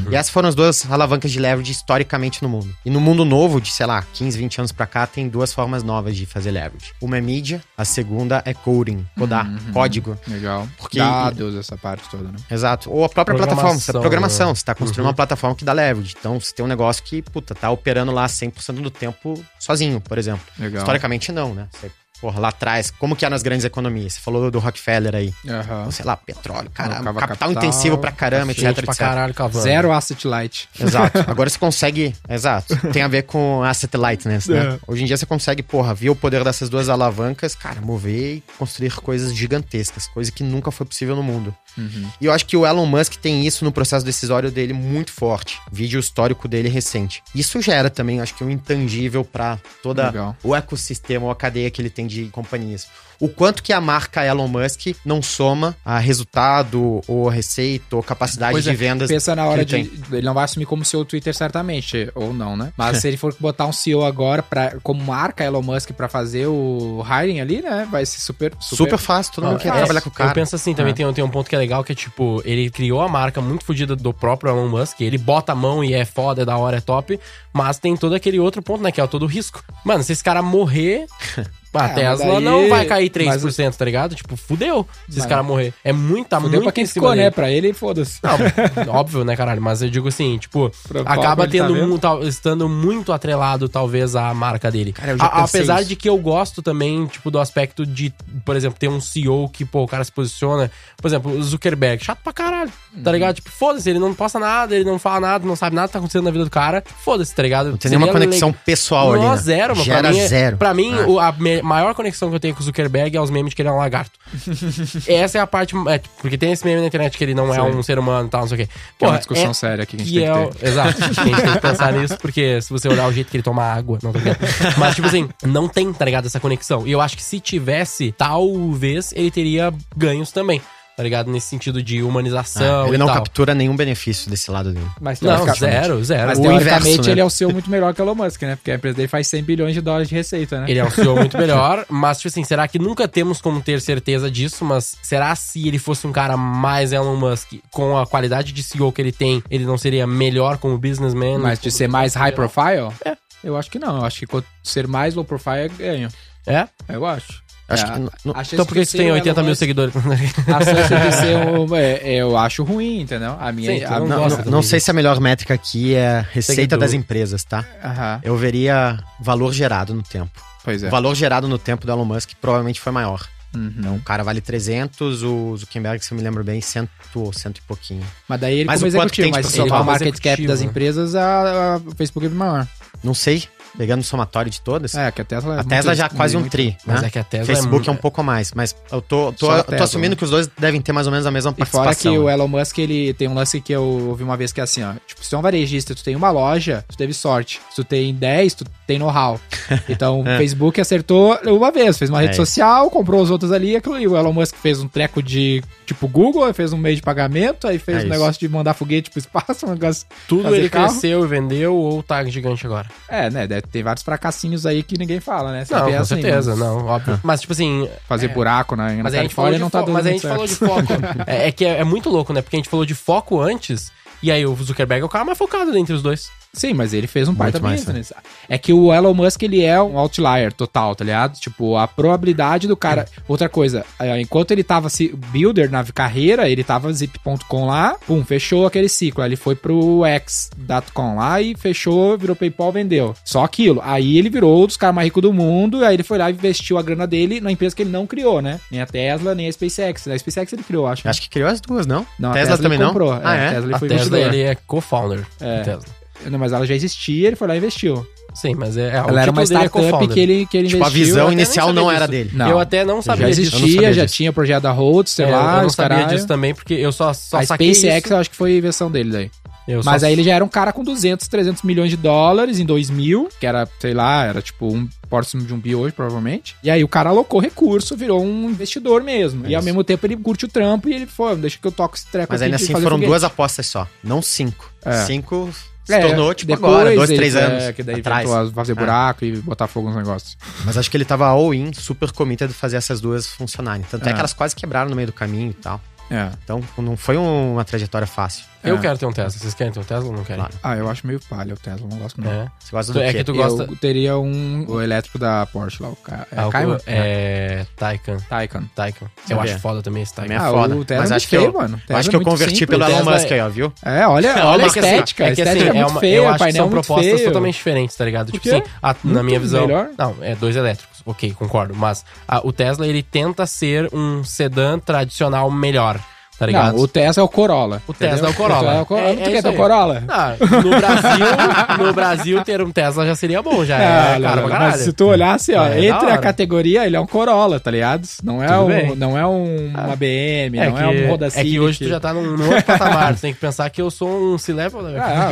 E essas foram as duas alavancas de leverage historicamente no mundo. E no mundo novo, de sei lá, 15, 20 anos pra cá, tem duas formas novas de fazer leverage. Uma é mídia, a segunda é coding, codar, Uhum. código. Legal. Porque- Dados, essa parte toda, né? Exato. Ou a própria Programação, plataforma, você- programação. né? Você tá construindo Uhum. uma plataforma que dá leverage. Então você tem um negócio que, puta, tá operando lá 100% do tempo sozinho, por exemplo. Legal. Historicamente não, né? Você, porra, lá atrás, como que é nas grandes economias? Você falou do Rockefeller aí. Aham. Sei lá, petróleo, caramba, Colocava capital, capital, intensivo pra caramba, etc, Gente etc. pra caralho cavando. Zero asset light. Exato. Agora você consegue. Exato. Tem a ver com asset lightness, É. né? Hoje em dia você consegue, porra, ver o poder dessas duas alavancas, cara, mover e construir coisas gigantescas, coisa que nunca foi possível no mundo. Uhum. E eu acho que o Elon Musk tem isso no processo decisório dele muito forte. Vídeo histórico dele recente. Isso gera também, acho que, um intangível pra toda Legal. o ecossistema ou a cadeia que ele tem de companhias. O quanto que a marca Elon Musk não soma a resultado, ou receita, ou Tá capacidade Pois de é, vendas. Pensa na hora que de. ele Ele não vai assumir como CEO do Twitter, certamente. Ou não, né? [LAUGHS] Mas se ele for botar um CEO agora pra, como marca Elon Musk pra fazer o hiring ali, né? Vai ser super. Super fácil, todo mundo Ah, quer é, trabalhar com o cara. Eu penso assim, também É. tem, um- tem um ponto que é legal, que é tipo, ele criou a marca muito fodida do próprio Elon Musk, ele bota a mão e é foda, é da hora, é top, mas tem todo aquele outro ponto, né, que é o todo o risco. Mano, se esse [LAUGHS] cara morrer, É, a Tesla mas daí- não vai cair 3%, tá ligado? Tipo, fudeu se esse Mas- cara morrer. É muito, tá Fudeu muito pra quem em cima ficou, né? dele. Pra ele, foda-se. Não, [LAUGHS] óbvio, né, caralho? Mas eu digo assim, tipo, Pra- acaba pra- pra ele tá tendo vendo. um, tal- estando muito atrelado, talvez, à marca dele. Cara, eu já A- pensei apesar isso. de que eu gosto também, tipo, do aspecto de, por exemplo, ter um CEO que, pô, o cara se posiciona. Por exemplo, o Zuckerberg, chato pra caralho, tá ligado? Tipo, foda-se, ele não posta nada, ele não fala nada, não sabe nada que tá acontecendo na vida do cara. Foda-se, tá ligado? Não tem nenhuma conexão pessoal ali. Não, né? zero, mano. Gera pra mim, é- zero. Pra mim, Ah. o- a me- maior conexão que eu tenho com o Zuckerberg é os memes de que ele é [LAUGHS] um lagarto. Essa é a parte. é, tipo, porque tem esse meme na internet que ele não é um ser humano e tal, não sei o quê. Que é Porra, uma discussão é- séria aqui que a gente que tem é o... que ter. Exato, a gente tem [LAUGHS] que pensar nisso, porque se você olhar o jeito que ele toma água, não tô ligado. Mas, tipo assim, não tem, tá ligado, essa conexão. E eu acho que se tivesse, talvez ele teria ganhos também, tá ligado? Nesse sentido de humanização. Ah, e ele não tal. captura nenhum benefício desse lado dele. Mas Não, teoricamente- zero, zero. Mas O teoricamente inverso, né? ele é o CEO muito melhor que o Elon Musk, né? Porque a empresa dele faz 100 bilhões de dólares de receita, né? Ele é um CEO muito melhor, [LAUGHS] mas, tipo assim, será que nunca temos como ter certeza disso? Mas será se ele fosse um cara mais Elon Musk, com a qualidade de CEO que ele tem, ele não seria melhor como businessman? Mas de ser mais high profile? É. Eu acho que não. Eu acho que quanto ser mais low profile ganho. É? Eu acho. Acho É, que n- n- a chance Então por que de tu ser tem o 80 Elon mil Musk- [LAUGHS] seguidores? A chance de ser um, é, eu acho ruim, entendeu? A minha. Sim, tu a, não não, gosta não- também não sei disso. se a melhor métrica aqui é receita Seguidor. das empresas, tá? Aham, Eu veria valor gerado no tempo. pois O é. valor gerado no tempo do Elon Musk provavelmente foi maior. Uhum. O cara vale 300, o Zuckerberg, se eu me lembro bem, cento, cento e pouquinho. Mas daí ele Mas como o quanto executivo, tem de mas é se pessoal ele for como market cap executivo, das né? empresas, a, a Facebook é maior. Não sei. pegando o somatório de todas, É, que a Tesla é a muito- Tesla já é quase um tri, Mas né? é que a Tesla Facebook é, é um pouco mais, mas eu tô, tô, Só a eu tô Tesla, assumindo né? que os dois devem ter mais ou menos a mesma E fora que participação. o né? Elon Musk, ele tem um lance que eu ouvi uma vez que é assim, ó. Tipo, se tu é um varejista, tu tem uma loja, tu teve sorte. Se tu tem 10, tu tem [LAUGHS] know-how. Então, É. o Facebook acertou uma vez, fez uma É. rede social, comprou os outros ali, aquilo ali. O Elon Musk fez um treco de, tipo, Google, aí fez um meio de pagamento, aí fez É um isso. negócio de mandar foguete pro espaço, um negócio... Tudo Fazer ele carro? cresceu e vendeu ou tá gigante agora? É, né, deve- tem vários fracassinhos aí que ninguém fala, né? Não, Sempre é com assim, certeza, mas não, óbvio. Mas, tipo assim, Fazer buraco na, na Mas a gente falou Califórnia de não tá foco. dando Mas a muito gente certo. falou de foco. é, é que é, é muito louco, né? Porque a gente falou de foco antes, e aí o Zuckerberg é o cara mais focado dentre os dois. Sim, mas ele fez um Muito baita mais, business. É que o Elon Musk, ele é um outlier total, tá ligado? Tipo, a probabilidade do cara... Outra coisa, é, enquanto ele tava se builder na carreira, ele tava zip.com lá, pum, fechou aquele ciclo. Aí ele foi pro x.com lá e fechou, virou PayPal, vendeu. Só aquilo. Aí ele virou um dos caras mais ricos do mundo, aí ele foi lá e investiu a grana dele na empresa que ele não criou, né? Nem a Tesla, nem a SpaceX. A SpaceX ele criou, acho. né? Acho que criou as duas, não? Não, a Tesla, Tesla também ele não? comprou. Ah, É, é? a Tesla ele a foi Tesla, investidor. ele é co-founder É. da Tesla. Não, Mas ela já existia, ele foi lá e investiu. Sim, mas é, é Ela era uma startup que ele, que ele Tipo, a investiu. visão até nem inicial sabia não era disso. dele. Não. Eu até não já sabia disso. Eu não existia, sabia já disso. tinha o projeto da Roadster É, lá, eu não os sabia caralho. disso também, porque eu só, só A saquei SpaceX isso. eu acho que foi invenção dele daí. Eu só- Mas aí ele já era um cara com 200, 300 milhões de dólares em 2000, que era, sei lá, era tipo um próximo de um bi hoje, provavelmente. E aí o cara alocou recurso, virou um investidor mesmo. É e ao isso. mesmo tempo ele curte o trampo e ele foi, deixa que eu toco esse treco Mas aqui ainda de assim fazer foram foguete." duas apostas só, não cinco. É. Cinco se É, tornou, tipo, depois agora, dois, ele- três é, anos que daí atrás. É. inventou fazer buraco e botar fogo nos negócios. Mas acho que ele tava all-in, super committed fazer essas duas funcionarem. Tanto é. É. que elas quase quebraram no meio do caminho e tal. É. Então, não foi uma trajetória fácil. Eu É. quero ter um Tesla. Vocês querem ter um Tesla ou não querem? Claro. Ah, eu acho meio palha o Tesla, não gosto não. É. Você gosta Tu- do é quê? que tu gosta... Eu teria um o elétrico da Porsche lá, o Ca- é Ah, o- Cayman? é... Taycan. Taycan. Taycan. Eu Sabia. acho foda também esse Taycan. Também é foda. o Tesla Mas é acho muito que feio, eu- mano. O Eu Tesla acho é que eu muito converti simples. pelo O Elon Tesla Musk aí, ó, viu? É, [LAUGHS] olha, olha a mas que assim, estética. é que a assim, estética é, muito uma- feia, eu o acho que painel são é muito propostas feio. totalmente diferentes, tá ligado? Tipo quê? assim, a- na Muito minha visão. melhor. Não, é dois elétricos. Ok, concordo. Mas ah, o Tesla, ele tenta ser um sedã tradicional melhor, tá ligado? Não, o Tesla é o Corolla. O Tesla entendeu? é o Corolla. O Corolla. É- tu é quer isso ter o aí. Corolla? Ah, no Brasil, no Brasil, ter um Tesla já seria bom, já é Ah, caro pra mas caralho. se tu olhasse, ó, É, da entre a hora. categoria, ele é um Corolla, tá ligado? Não é, Tudo um, bem. Ah. não é um, uma BM, não é um Honda é Civic. que hoje tu já tá num, num outro patamar. Tu tem que pensar que eu sou um C-Level. né? Ah,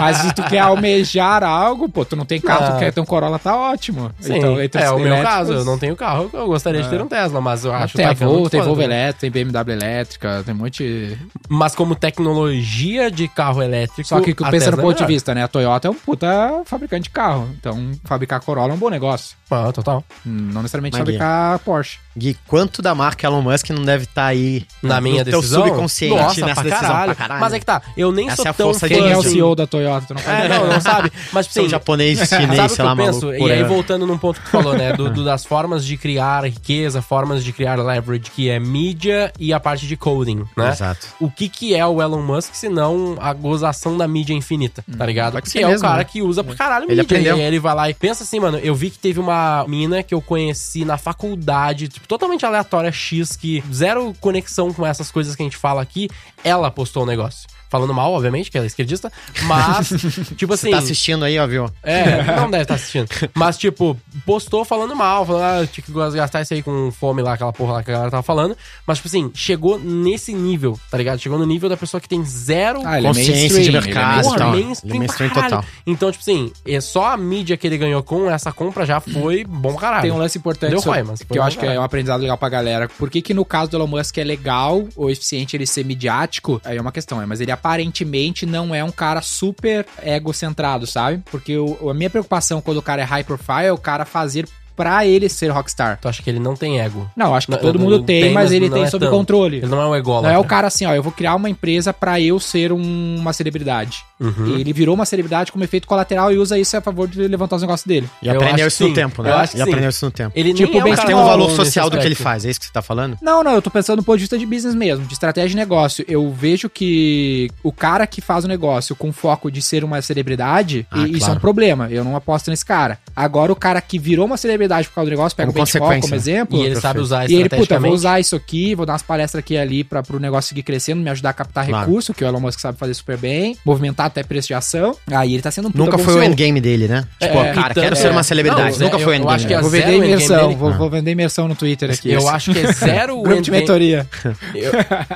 Mas se tu quer almejar algo, pô, tu não tem carro, tu Ah. quer ter um Corolla, tá ótimo. [LAUGHS] Sim, entre é os o meu elétricos, caso. Eu não tenho carro, eu gostaria de ter um Tesla, mas eu acho tem a Taycan Volvo, muito tem foda né? Volvo também. elétrica, tem BMW elétrica, tem um monte de... Mas como tecnologia de carro elétrico. Só que que a pensa no Tesla é ponto de melhor. vista, né? A Toyota é um puta fabricante de carro. Então, fabricar Corolla é um bom negócio. Ah, total. Hum, Não necessariamente Mas, fabricar Porsche. Gui, quanto da marca Elon Musk não deve estar aí Na no minha teu decisão. subconsciente Nossa, nessa pra decisão caralho. pra caralho? Mas é que tá, eu nem Essa sou é a tão força fã. de Quem é o Sim. de- CEO da Toyota? Tu não faz É, ideia. não, não sabe. Mas tipo Sou assim, japonês, [LAUGHS] sabe chinês, o sei que eu lá, penso? maluco. E aí, né? voltando num ponto que tu falou, né? do- do- das formas de criar riqueza, formas de criar leverage, que é mídia e a parte de coding, né? Exato. o que que é o Elon Musk se não a gozação da mídia infinita, tá ligado? Hum, pode Porque ser é mesmo, o cara né? que usa pra caralho Ele mídia. aprendeu. E aí ele vai lá e pensa assim, mano, eu vi que teve uma mina que eu conheci na faculdade, tipo, totalmente aleatória X, que zero conexão com essas coisas que a gente fala aqui, ela postou o negócio. Falando mal, obviamente, que ela é esquerdista, [LAUGHS] mas, tipo assim. Tá assistindo aí, ó, viu? É, não deve estar assistindo. Mas, tipo, postou falando mal, falando, ah, eu tinha que gastar isso aí com fome lá, aquela porra lá que a galera tava falando. Mas, tipo assim, chegou nesse nível, tá ligado? Chegou no nível da pessoa que tem zero Ah, ele é Consciência de mainstream, ele é mercado Porra, e tal. mainstream Ele pra mainstream caralho. total. Então, tipo assim, é só a mídia que ele ganhou com essa compra já foi bom pra caralho. Tem um lance importante Ah, Deu sobre- ruim, mas foi que eu bom, acho que é cara. um aprendizado legal pra galera. Por que, que no caso do Elon Musk é legal ou eficiente ele ser midiático? Aí é uma questão, é, mas ele aparentemente não é um cara super egocentrado, sabe? Porque o- a minha preocupação quando o cara é high profile é o cara fazer pra ele ser rockstar. Tu acha Então, que ele não tem ego? Não, acho que Não, todo não- mundo não tem, tem, mas mas ele não tem é sob tanto. controle. Ele não é um Não ególatra. é o cara assim, ó, eu vou criar uma empresa pra eu ser um- uma celebridade. Uhum. E ele virou uma celebridade como efeito colateral e usa isso a favor de levantar os negócios dele. E Eu acho aprendeu que isso no sim. tempo, né? Eu acho que e sim. aprendeu isso no tempo. Ele Tipo, nem é bem um que Mas cara tem um valor nesse social do que ele aspecto. faz, é isso que você tá falando? Não, não, eu tô pensando do ponto de vista de business mesmo, de estratégia de negócio. Eu vejo que o cara que faz o negócio com foco de ser uma celebridade, Ah, e- isso é um claro. problema. Eu não aposto nesse cara. Agora, o cara que virou uma notoriedade por causa do negócio, pega Como o Bitcoin como consequência. exemplo. E ele sabe usar E ele, puta, vou estrategicamente. usar isso aqui, vou dar umas palestras aqui e ali pra, pro negócio seguir crescendo, me ajudar a captar Claro. recurso, que o Elon Musk sabe fazer super bem, movimentar até preço de ação. Aí ele tá sendo um puta Nunca bom foi o CEO. endgame dele, né? É, Tipo, ó, cara, então, quero é. ser uma celebridade. Não, Nunca eu- foi o eu né? endgame. acho que dele. é Vou zero vender endgame imersão, dele. vou, Ah. vou vender imersão no Twitter aqui. Eu acho que é zero o Grupo de endgame. mentoria. Eu,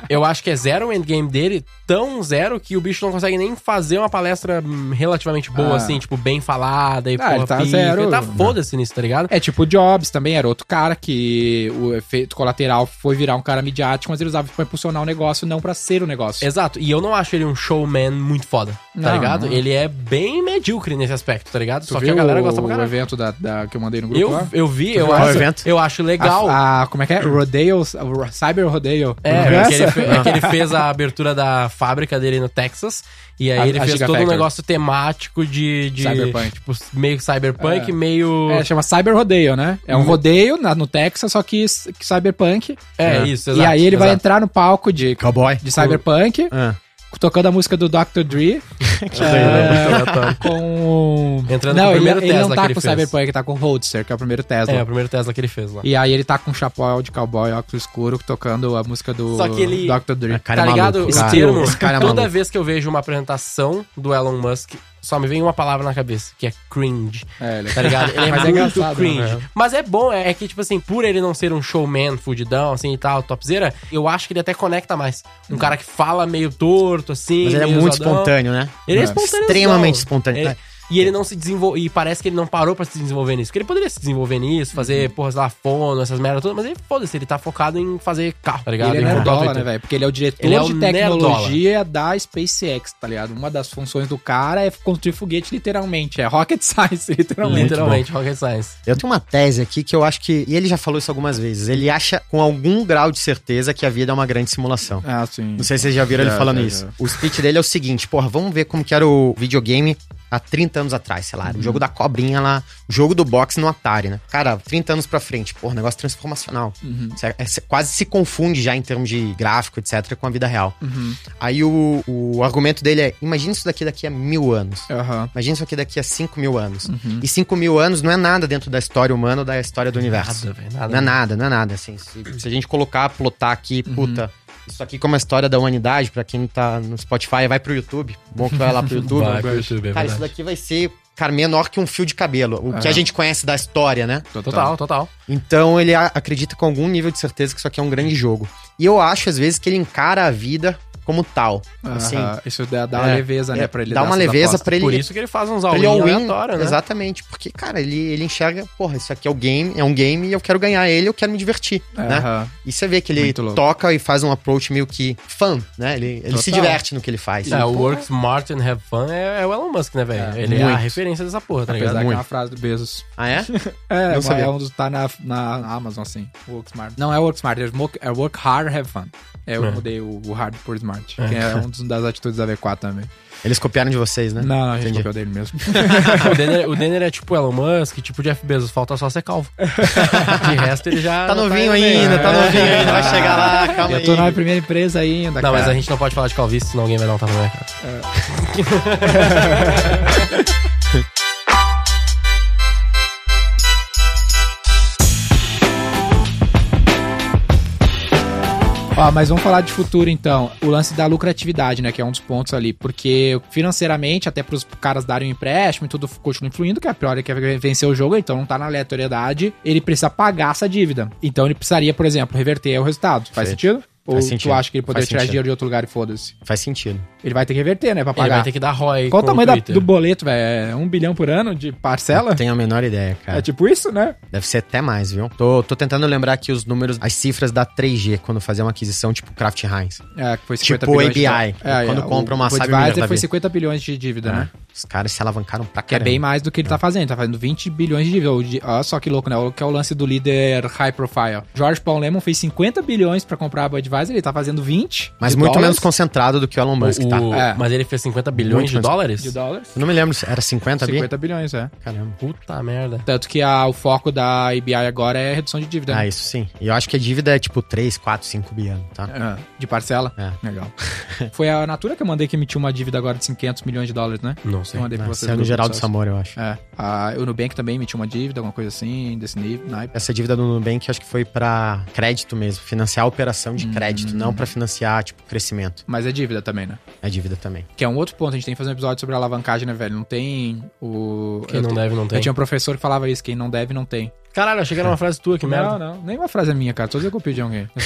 eu acho que é zero o endgame dele, tão zero que o bicho não consegue nem fazer uma palestra hum, relativamente boa, Ah. assim, tipo, bem falada e Ah, ele tá pica. zero. Ele tá foda-se nisso, tá ligado? É tipo o Jobs também, era outro cara que o efeito colateral foi virar um cara midiático, mas ele usava tipo, pra impulsionar o negócio, não pra ser o negócio. Exato, e eu não acho ele um showman muito foda, Não, tá ligado? não. Ele é bem medíocre nesse aspecto, tá ligado? Tu Só que viu a galera gosta o pra caralho. evento da, da- que eu mandei no grupo Eu, lá? eu vi, viu eu qual acho, evento? eu acho legal. A, a- como é que é? [CLEARS THROAT] Rodeo, o Cyber Rodeo. Não viu É, que essa? ele, fe- é que ele fez a abertura da fábrica dele no Texas. E aí A- ele a fez todo um Gigafactory. negócio temático de. de Cyberpunk. Tipo, meio cyberpunk, É. meio. [LAUGHS] É, chama Cyber Rodeio, né? É um Uhum. rodeio na- no Texas, só que, s- que cyberpunk. Né? É, É. isso, e aí ele vai exato. entrar no palco de, Cowboy. de cyberpunk, Ah, é tocando a música do Dr. Dre. é que doido. com o... né? Entrando não, com o ele, primeiro ele não Tesla tá que com ele o fez. cyberpunk, ele tá com o Roadster, que é o primeiro Tesla. É, o primeiro Tesla que ele fez lá. E aí ele tá com um chapéu de cowboy, óculos escuro, tocando a música do Só que ele- Dr. Dre. Ah, cara, tá é ligado? maluco, esse cara. termo, Esse cara é toda maluco. vez que eu vejo uma apresentação do Elon Musk, só me vem uma palavra na cabeça, que é cringe. É, ele Tá ligado? [LAUGHS] Ele [LAUGHS] é Mas é muito engraçado, cringe. né? Mas é bom, é, é que, tipo assim, por ele não ser um showman, fudidão, assim e tal, topzera, eu acho que ele até conecta mais. Um cara que fala meio torto, assim. Mas ele é meio muito zoadão. espontâneo, né? Ele é É. espontâneo. Extremamente espontâneo. né? Ele- E ele não se desenvolve. E parece que ele não parou pra se desenvolver nisso. Porque ele poderia se desenvolver nisso, fazer, Uhum. porra, sei lá, fono, essas merdas todas. Mas ele, foda-se, ele tá focado em fazer carro, tá ligado? Ele é Em nerdola, protótipo. né, velho? Porque ele é o diretor Ele é o de tecnologia da SpaceX, tá ligado? Uma das funções do cara é construir foguete, literalmente. É rocket [LAUGHS] science, literalmente. Literalmente, rocket science. Eu tenho uma tese aqui que eu acho que. E ele já falou isso algumas vezes. Ele acha com algum grau de certeza que a vida é uma grande simulação. Ah, sim. Não sei se vocês já viram Já, ele falando já, isso. já. O speech dele é o seguinte, porra, vamos ver como que era o videogame há 30 anos atrás, sei lá, era o Uhum. jogo da cobrinha lá, o jogo do boxe no Atari, né? Cara, 30 anos pra frente, porra, negócio transformacional. Uhum. Você- é- você quase se confunde já em termos de gráfico, etc, com a vida real. Uhum. Aí o, o argumento dele é, imagina isso daqui daqui a mil anos. Aham. Imagina isso aqui daqui a 5 mil anos. E 5 mil anos não é nada dentro da história humana ou da história do universo. Uhum. Nada, velho, nada. Não é nada, não é nada. Assim, se, se a gente colocar, plotar aqui, Uhum. puta, isso aqui como a história da humanidade, pra quem tá no Spotify, vai pro YouTube. Bom que vai lá [LAUGHS] pro YouTube. Vai pro YouTube, cara, é verdade. Tá, É. isso daqui vai ser, cara, menor que um fio de cabelo. O que a gente conhece da história, né? Total, total. Então ele a- acredita com algum nível de certeza que isso aqui é um grande jogo. E eu acho, às vezes, que ele encara a vida como tal. Assim, Aham. Isso dá, dá uma é, leveza, né, é, pra ele. dá dar uma essas leveza apostas. pra ele Por isso que ele né? faz uns Pra ele é all-in all-in, aleatório, né? Exatamente, porque, cara, ele, ele enxerga, porra, isso aqui é o game, é um game e eu quero ganhar ele, eu quero me divertir, né? Aham. E você vê que ele Muito louco. toca e faz um approach meio que fã, né? Ele, ele se Total. diverte no que ele faz. É, o Work Smart and Have Fun é, é o Elon Musk, né, velho? É, ele é a muito. referência dessa porra, tá Apesar ligado? que é Muito. uma frase do Bezos. [LAUGHS] Ah, é? É, Não mas sabia. é um dos tá na, na Amazon, assim. Work Smart. Não é Work Smart, é Work, é work Hard, Have Fun. É, eu É. mudei o, o hard por smart, que é uma das atitudes da V4 também. Eles copiaram de vocês, né? Não, não, a gente Entendi. copiou dele mesmo. [LAUGHS] o, Denner, o Denner é tipo Elon Musk, tipo Jeff Bezos, falta só [LAUGHS] ser calvo. De resto, ele já. Tá não novinho indo bem, ainda, né? tá novinho ainda, [LAUGHS] vai chegar lá, calma Eu tô na aí. primeira empresa ainda, Tá Não, mas cara. a gente não pode falar de calvície, senão alguém vai dar um tapa na minha cara. Ó, mas vamos falar de futuro então. O lance da lucratividade, né? Que é um dos pontos ali. Porque financeiramente, até pros caras darem um empréstimo e tudo continua influindo, que a priori quer vencer o jogo, então não tá na aleatoriedade. Ele precisa pagar essa dívida. Então ele precisaria, por exemplo, reverter o resultado. Faz Sim. sentido? Ou sentido. tu acha que ele poderia Faz tirar sentido. dinheiro de outro lugar e foda-se? Faz sentido. Ele vai ter que reverter, né? Pra Ele vai pagar. ter que dar ROI. Qual o com tamanho da- Twitter. do boleto, velho? É um bilhão por ano de parcela? Não tenho a menor ideia, cara. É tipo isso, né? Deve ser até mais, viu? Tô, tô tentando lembrar aqui os números, as cifras da 3G quando fazia uma aquisição tipo Kraft Heinz. É, que foi Tipo 50 bilhões. de ABI, dólar. quando compra uma É, o sabe Budweiser melhor da foi vida. 50 bilhões de dívida, né? Os caras se alavancaram pra Que é caramba. bem mais do que ele tá fazendo. Tá fazendo 20 bilhões de dívida. O di- Olha só que louco, né? O que é o lance do líder high profile. George Paul Lemon fez 50 bilhões pra comprar a Budweiser, ele tá fazendo 20. Mas de muito dólares. menos concentrado do que o Elon Musk, O- tá? o- É. Mas ele fez 50 bilhões Muito de mais- dólares? De dólares? Eu não me lembro, se era 50, 50 50 bilhões, é. Caramba. Puta merda. Tanto que a- o foco da IBI agora é redução de dívida. Ah, né? isso sim. E eu acho que a dívida é tipo 3, 4, 5 bi ano, tá? Ah, de parcela? É. [LAUGHS] Legal. Foi a Natura que eu mandei que emitiu uma dívida agora de 500 milhões de dólares, né? Não Não sei. Eu mandei pra Né? vocês. Saiu no no geral do grupo, Samora, eu acho. sabe? É. A, o Nubank também emitiu uma dívida, alguma coisa assim, desse nível. naipe. Essa dívida do Nubank acho que foi pra crédito mesmo, financiar a operação de crédito, não Hum. pra financiar, tipo, crescimento. Mas é dívida também, né? É dívida também. Que é um outro ponto. A gente tem que fazer um episódio sobre a alavancagem, né, velho? Não tem o. Quem eu não te- deve, não tem. Eu tinha um professor que falava isso: quem não deve, não tem. Caralho, achei que era uma frase tua, que merda. Não, não. Nenhuma frase é minha, cara. Todas eu copio de alguém. Eu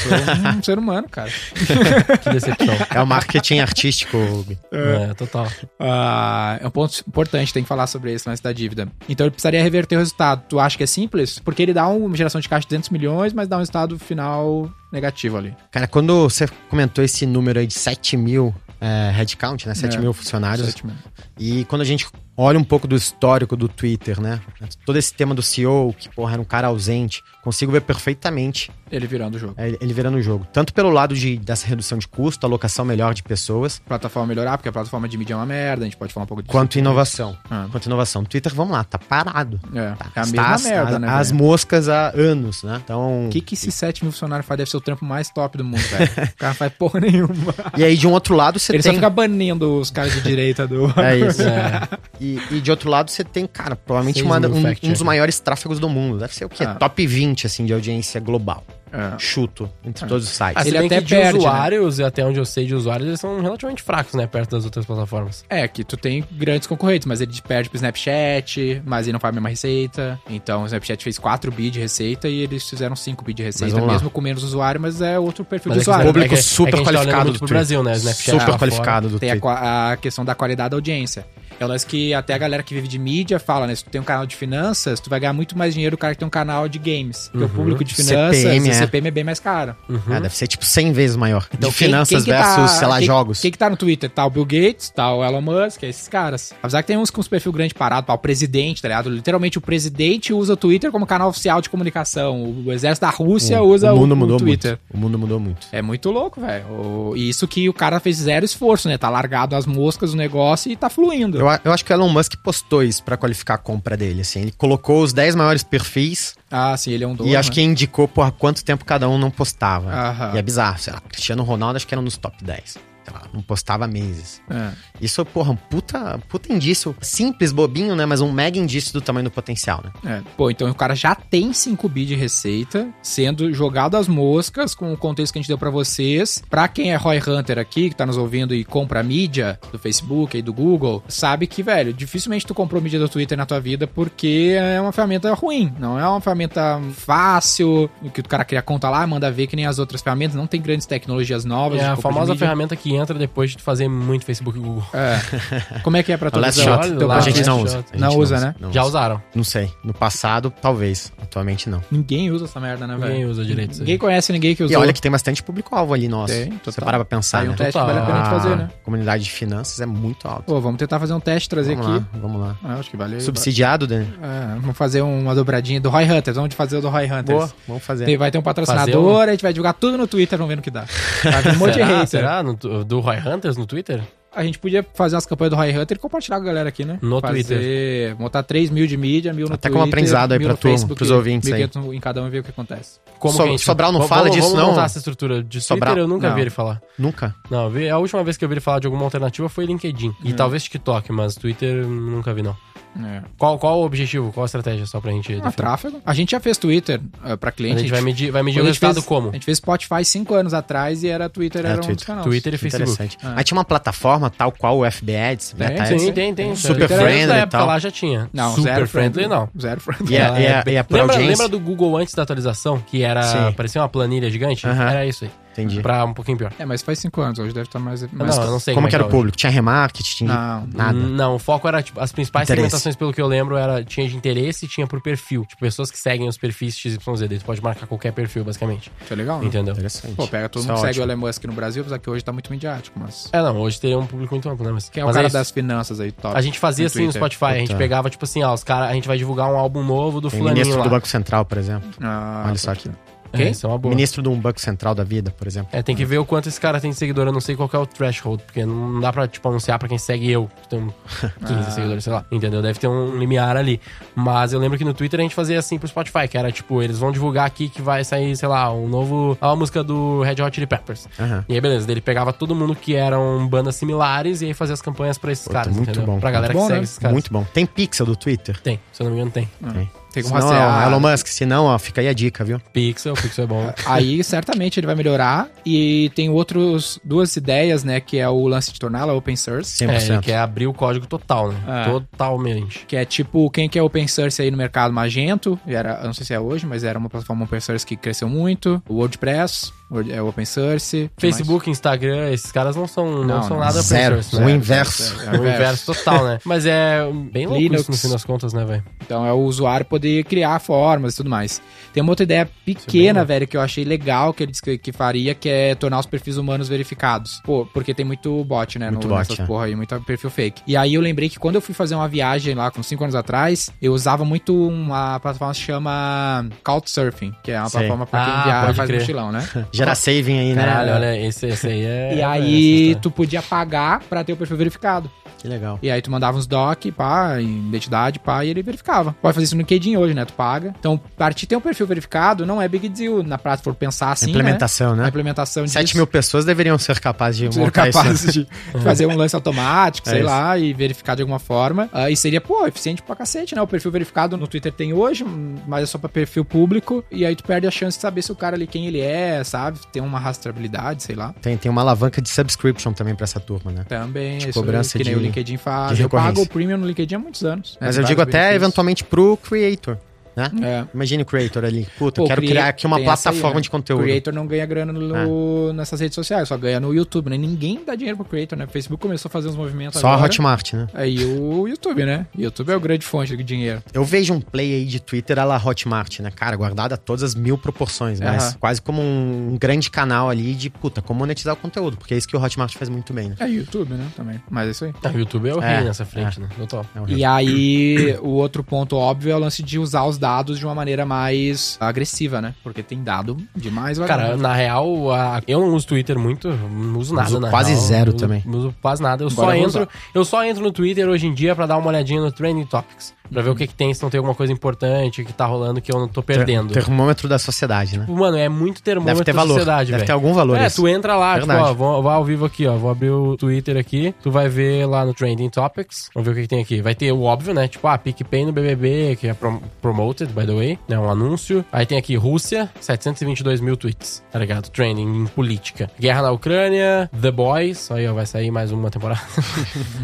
sou um [LAUGHS] ser humano, cara. Que [LAUGHS] decepção. É o marketing artístico, Hugo. é, total. Ah, é um ponto importante, tem que falar sobre isso lance da dívida. Então ele precisaria reverter o resultado. Tu acha que é simples? Porque ele dá um, uma geração de caixa de 200 milhões, mas dá um resultado final negativo ali. Cara, quando você comentou esse número aí de 7 mil é, headcount, né? 7 É. mil funcionários. Sete mil. E quando a gente olha um pouco do histórico do Twitter, né? Todo esse tema do CEO, que, porra, era um cara ausente, consigo ver perfeitamente Ele virando o jogo. é, ele virando o jogo. Tanto pelo lado de, dessa redução de custo, alocação melhor de pessoas, Plataforma melhorar, porque a plataforma de mídia é uma merda, a gente pode falar um pouco disso. quanto inovação. Ah, Quanto inovação. Twitter, vamos lá, tá parado. é, Tá, é a está mesma as, merda, as- né? As velho? moscas há anos, né? Então. O que, que esses 7 mil funcionários fazem? Deve ser o trampo mais top do mundo, velho. O cara faz porra nenhuma. E aí, de um outro lado, você Ele só tem. fica banindo os caras de direita do. É isso. É. E, e de outro lado, você tem, cara, provavelmente Seis uma- mil um, fact um dos checkers. maiores tráfegos do mundo. Deve ser o quê? Ah. Top 20, assim, de audiência global. É. Chuto, entre todos os Ah, sites. se Ele bem até que de perde, né? usuários, e até onde eu sei de usuários, eles são relativamente fracos, né? Perto das outras plataformas. É, que tu tem grandes concorrentes, mas ele perde pro Snapchat, mas ele não faz a mesma receita. Então o Snapchat fez 4 bi de receita e eles fizeram 5 bi de receita, vamos lá. mesmo com menos usuário, mas é outro perfil Mas de é que usuário. o Público é que- é que a gente super tá olhando qualificado muito do pro Twitter. Brasil, né? Snapchat lá Super fora. qualificado do Tem a, Twitter. qua- a questão da qualidade da audiência. É o lance que até a galera que vive de mídia fala, né? Se tu tem um canal de finanças, tu vai ganhar muito mais dinheiro do cara que tem um canal de games. Porque o público de finanças, CPM, CPM, é. CPM é bem mais caro. Uhum. É, deve ser tipo 100 vezes maior. Então, de quem- finanças quem que tá- versus, sei lá, quem- jogos. Quem que tá no Twitter? Tá o Bill Gates, tá o Elon Musk, é esses caras. Apesar que tem uns com os perfil grande parado, tá o presidente, tá ligado? Literalmente o presidente usa o Twitter como canal oficial de comunicação. O exército da Rússia usa Hum, o mundo o, mudou Twitter. muito. O mundo mudou muito. É muito louco, velho. O- E isso que o cara fez zero esforço, né? Tá largado as moscas do negócio e tá fluindo. Eu, a- eu acho que o Elon Musk postou isso pra qualificar a compra dele, assim. Ele colocou os 10 maiores perfis Ah, sim, ele é um dono. e acho né? que indicou por quanto tempo cada um não postava. Aham. E é bizarro, sei lá, Cristiano Ronaldo acho que era nos top 10. Sei lá, não postava há meses. É. Isso, porra, um puta, puta indício. Simples, bobinho, né? Mas um mega indício do tamanho do potencial, né? É. Pô, então o cara já tem 5 bi de receita, sendo jogado às moscas, com o contexto que a gente deu pra vocês. Pra quem é Roy Hunter aqui, que tá nos ouvindo e compra mídia do Facebook e do Google, sabe que, velho, dificilmente tu comprou mídia do Twitter na tua vida porque é uma ferramenta ruim, não é uma ferramenta fácil, o que o cara cria conta lá, manda ver que nem as outras ferramentas, não tem grandes tecnologias novas. É de a compra de famosa mídia. ferramenta que entra depois de tu fazer muito Facebook e Google. É. Como é que é [LAUGHS] pra O tu Last usar? Shot. Teu a lá, last gente não Last usa. Shot. A gente Não usa, né? Não, Já usa. usaram. não sei. No passado, talvez. Atualmente, não. Ninguém usa essa merda, né, velho? Ninguém usa direito isso aí. Ninguém conhece ninguém que usa. E olha que tem bastante público-alvo ali, nossa. Tem, total. Você para pra pensar, Aí um né? teste que vale a pena a gente A fazer, né? comunidade de finanças é muito alta. Pô, vamos tentar fazer um teste, trazer Vamos aqui. lá, vamos lá. Ah, acho que valeu. Subsidiado, Dani? Ah, vamos fazer uma dobradinha do Roy Hunters. Vamos fazer o do Roy Hunters. Boa, vamos fazer. Tem- Vai ter um patrocinador, Fazer a gente vai divulgar tudo no Twitter, vamos ver no que dá. Vai [LAUGHS] vir um monte de será? hater. será? No tu- do Roy Hunters no Twitter? A gente podia fazer umas campanhas do Roy Hunter e compartilhar com a galera aqui, né? No fazer, Montar 3 mil de mídia, mil no Até Twitter. como aprendizado aí mil pra no turma, Facebook, pros ouvintes aí. 1.500 em cada um e ver o que acontece. So- que a Sobral não Vamos- fala vamos- disso, vamos não? montar essa estrutura. De Sobral- Twitter eu nunca não. vi ele falar. Nunca? Não, eu vi- a última vez que eu vi ele falar de alguma alternativa foi LinkedIn. E Hum. talvez TikTok, mas Twitter eu nunca vi, não. É. Qual, qual o objetivo? Qual a estratégia? Só pra gente Ah, definir. tá. tráfego. A gente já fez Twitter ah, pra A cliente. gente vai medir, vai medir o quando a gente resultado fez- como? A gente fez Spotify 5 anos atrás e era Twitter, Era era, um dos Twitter. canais. Twitter Que e Facebook. Interessante. Mas tinha uma plataforma tal qual o FB Ads, Ah. né? Tem, Tá Meta Ads. Sim, tem, tem. Super Twitter era friendly da e época tal. lá já tinha. Não, Super zero friendly, não. Zero friendly. E a, É, e a, e a pra Lembra, audiência. lembra do Google antes da atualização? Que era. Sim. parecia uma planilha gigante? Aham. Era isso aí. Entendi. Pra um pouquinho pior. É, mas faz 5 anos, hoje deve estar mais. mais Não, eu não sei. Como é que era o hoje. público? Tinha remarketing? Tinha Não. Hum. nada. Não, o foco era, tipo, as principais Interesse. segmentações, pelo que eu lembro, era tinha de interesse e tinha por perfil. Tipo, pessoas que seguem os perfis XYZ. Daí tu pode marcar qualquer perfil, basicamente. Isso é legal, né? Entendeu? Ah, Interessante. Pô, pega todo Isso mundo é que segue o ótimo. Elon Musk no Brasil, apesar que hoje tá muito midiático, mas. É, não, hoje teria um público muito amplo, né? Mas, Quem é o mas cara isso. das finanças aí, top? A gente fazia No assim no Twitter. Spotify, a gente Puta. pegava, tipo assim, ah, os caras, a gente vai divulgar um álbum novo do Tem fulaninho ministro lá. do Banco Central, por exemplo. Ah, Olha só aqui. É, isso é uma boa. Ministro de um banco central da vida, por exemplo. É, tem que ver o quanto esse cara tem de seguidor. Eu não sei qual que é o threshold, porque não dá pra, tipo, anunciar pra quem segue eu. que [LAUGHS] Tem Ah. 15 seguidores, sei lá. Entendeu? Deve ter um limiar ali. Mas eu lembro que no Twitter a gente fazia assim pro Spotify, que era tipo, eles vão divulgar aqui que vai sair, sei lá, um novo. Uma música do Red Hot Chili Peppers. Aham. E aí, beleza, daí ele pegava todo mundo que eram bandas similares e aí fazia as campanhas pra esses caras, muito entendeu? bom. Pra galera Muito bom, que segue né? esses caras. Muito bom. Tem pixel do Twitter? Tem, se eu não me engano, tem. Ah. Tem como Não, rastrear. Elon Musk, se não, ó, fica aí a dica, viu? Pixel, [LAUGHS] Pixel é bom. Aí certamente ele vai melhorar. E tem outros duas ideias, né? Que é o lance de torná-la open source. 100%. É, ele quer abrir o código total, né? É. Totalmente. Que é tipo, quem quer open source aí no mercado? Magento, era, eu não sei se é hoje, mas era uma plataforma open source que cresceu muito. O WordPress, Word- é open source. Que Facebook, Instagram, esses caras não são, não Não, são não. nada Zero. open source, O né? inverso. mais? É, É o inverso [LAUGHS] total, né? Mas é bem louco Linux. isso no fim das contas, né, velho? Então é o usuário poder criar formas e tudo mais. Tem uma outra ideia pequena, velho, que eu achei legal, que ele disse que, que faria, que é tornar os perfis humanos verificados. Pô, porque tem muito bot, né? Muito bot, nessas é. porra aí, muito perfil fake. E aí eu lembrei que quando eu fui fazer uma viagem lá com 5 anos atrás, eu usava muito uma plataforma que se chama Couchsurfing, que é uma Sei. plataforma pra quem Ah, viaja pode faz crer. mochilão, né? Gera saving aí, né? Caralho, olha, esse, esse aí [LAUGHS] é. E é aí essa tu podia pagar pra ter o perfil verificado. Que legal. E aí tu mandava uns doc, pá, em identidade, pá, e ele verificava. Pode fazer isso no LinkedIn hoje, né? Tu paga. Então, partir ter um perfil verificado não é big deal, na prática, se for pensar assim, Implementação, né? né? A implementação de 7 mil pessoas deveriam ser capazes [LAUGHS] de ser montar capazes isso. né? de fazer um lance automático, É sei isso. lá, e verificar de alguma forma. Ah, e seria, pô, eficiente pra cacete, né? O perfil verificado no Twitter tem hoje, mas é só pra perfil público. E aí tu perde a chance de saber se o cara ali quem ele é, sabe? Tem uma rastreabilidade, sei lá. Tem, tem uma alavanca de subscription também pra essa turma, É né? Também, De isso cobrança que nem de- o LinkedIn faz. de Eu pago recorrência. o premium no LinkedIn há muitos anos. né? Mas Tem eu digo vários até benefícios. eventualmente pro creator, né? É. Imagina o creator ali. Puta, Pô, eu quero cria- criar aqui uma tem essa aí, plataforma né? de conteúdo. É. O creator não ganha grana no- nessas redes sociais, só ganha no YouTube, né? Ninguém dá dinheiro pro creator, né? O Facebook começou a fazer uns movimentos Só a agora. Hotmart, né? Aí o YouTube, né? YouTube é o grande fonte de dinheiro. Eu vejo um play aí de Twitter à la Hotmart, né? Cara, guardada todas as mil proporções, mas Aham. quase como um, um grande canal ali de, puta, como monetizar o conteúdo, porque é isso que o Hotmart faz muito bem, né? É YouTube, né? Também. Mas é isso aí. Ah, O YouTube é o É, rei nessa frente, né? Total. É um E aí, o outro ponto óbvio é o lance de usar os dados de uma maneira mais agressiva, né? Porque tem dado demais, Cara, na real, a- eu não uso Twitter muito, não uso nada, Uso na quase real. zero Uso- também. Uso quase nada. Eu só Agora eu vou entro, usar. eu só entro no Twitter hoje em dia pra dar uma olhadinha no Trending Topics, Pra ver o que que tem, se não tem alguma coisa importante que tá rolando que eu não tô perdendo. Ter- termômetro da sociedade, né? Mano, é muito termômetro Deve ter da valor. sociedade, Deve velho. ter algum valor É, isso. tu entra lá, Verdade. tipo, ó, vou, vou ao vivo aqui, ó. Vou abrir o Twitter aqui. Tu vai ver lá no Trending Topics. Vamos ver o que, que tem aqui. Vai ter o óbvio, né? Tipo, ah, PicPay no BBB, que é prom- promoted, by the way, né? Um anúncio. Aí tem aqui Rússia, 722 mil tweets, tá ligado? Trending em política. Guerra na Ucrânia, The Boys. Aí, ó, vai sair mais uma temporada. [LAUGHS]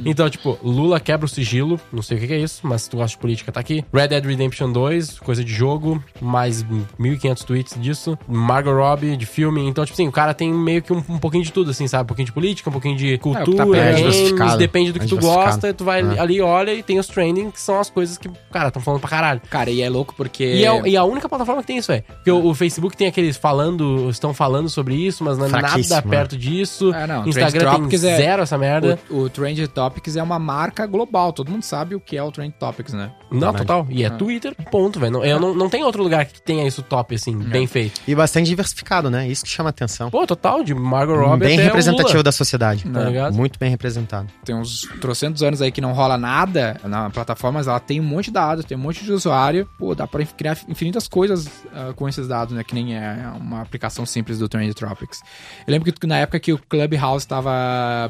então, tipo, Lula quebra o sigilo. Não sei o que, que é isso, mas se tu gosta de política, tá aqui. Red Dead Redemption 2, coisa de jogo. Mais 1.500 tweets disso. Margot Robbie, de filme. Então, tipo assim, o cara tem meio que um, um pouquinho de tudo, assim, sabe? Um pouquinho de política, um pouquinho de tá cultura, perto. É, games, diversificado. depende do que É tu diversificado. gosta. e Tu vai É. ali, olha, e tem os trending, que são as coisas que, cara, estão falando pra caralho. Cara, e é louco porque... E, é, e a única plataforma que tem isso, velho. Porque o, o Facebook tem aqueles falando, estão falando sobre isso, mas não é nada Fraquíssimo, perto disso. Ah, não, Trend Instagram tem Topics é- zero essa merda. O, o Trend Topics é uma marca global, todo mundo sabe o que é o Trend Topics, né? Não, Verdade. total. E é Twitter, ponto, velho. Não, eu não, não tem outro lugar que tenha isso top, assim, bem feito. E bastante diversificado, né? Isso que chama atenção. Pô, total, de Margot Robbie Hum, bem até o representativo Lula, da sociedade. É, Tá ligado? Muito bem representado. tem uns trocentos anos aí que não rola nada na plataforma, mas ela tem um monte de dados, tem um monte de usuário. Pô, dá pra inf- criar infinitas coisas ah, com esses dados, né? Que nem é uma aplicação simples do Trend Tropics. Eu lembro que na época que o Clubhouse tava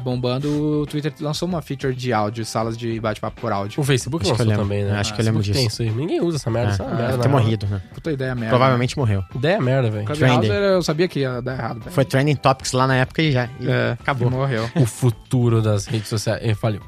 bombando, o Twitter lançou uma feature de áudio, salas de bate-papo por áudio. O Facebook Acho que eu lançou lembro. também, né? Acho que Ah, eu lembro Facebook Tem isso aí. Ninguém usa essa merda, É. essa é uma merda. Deve ter na real. morrido, né? Puta ideia merda. Provavelmente morreu. Ideia é merda, velho. Clubhouse, Trending. eu sabia que ia dar errado. velho. Foi trending topics lá na época e já. e É, acabou. e [LAUGHS] morreu. O futuro das redes sociais. Eu falei,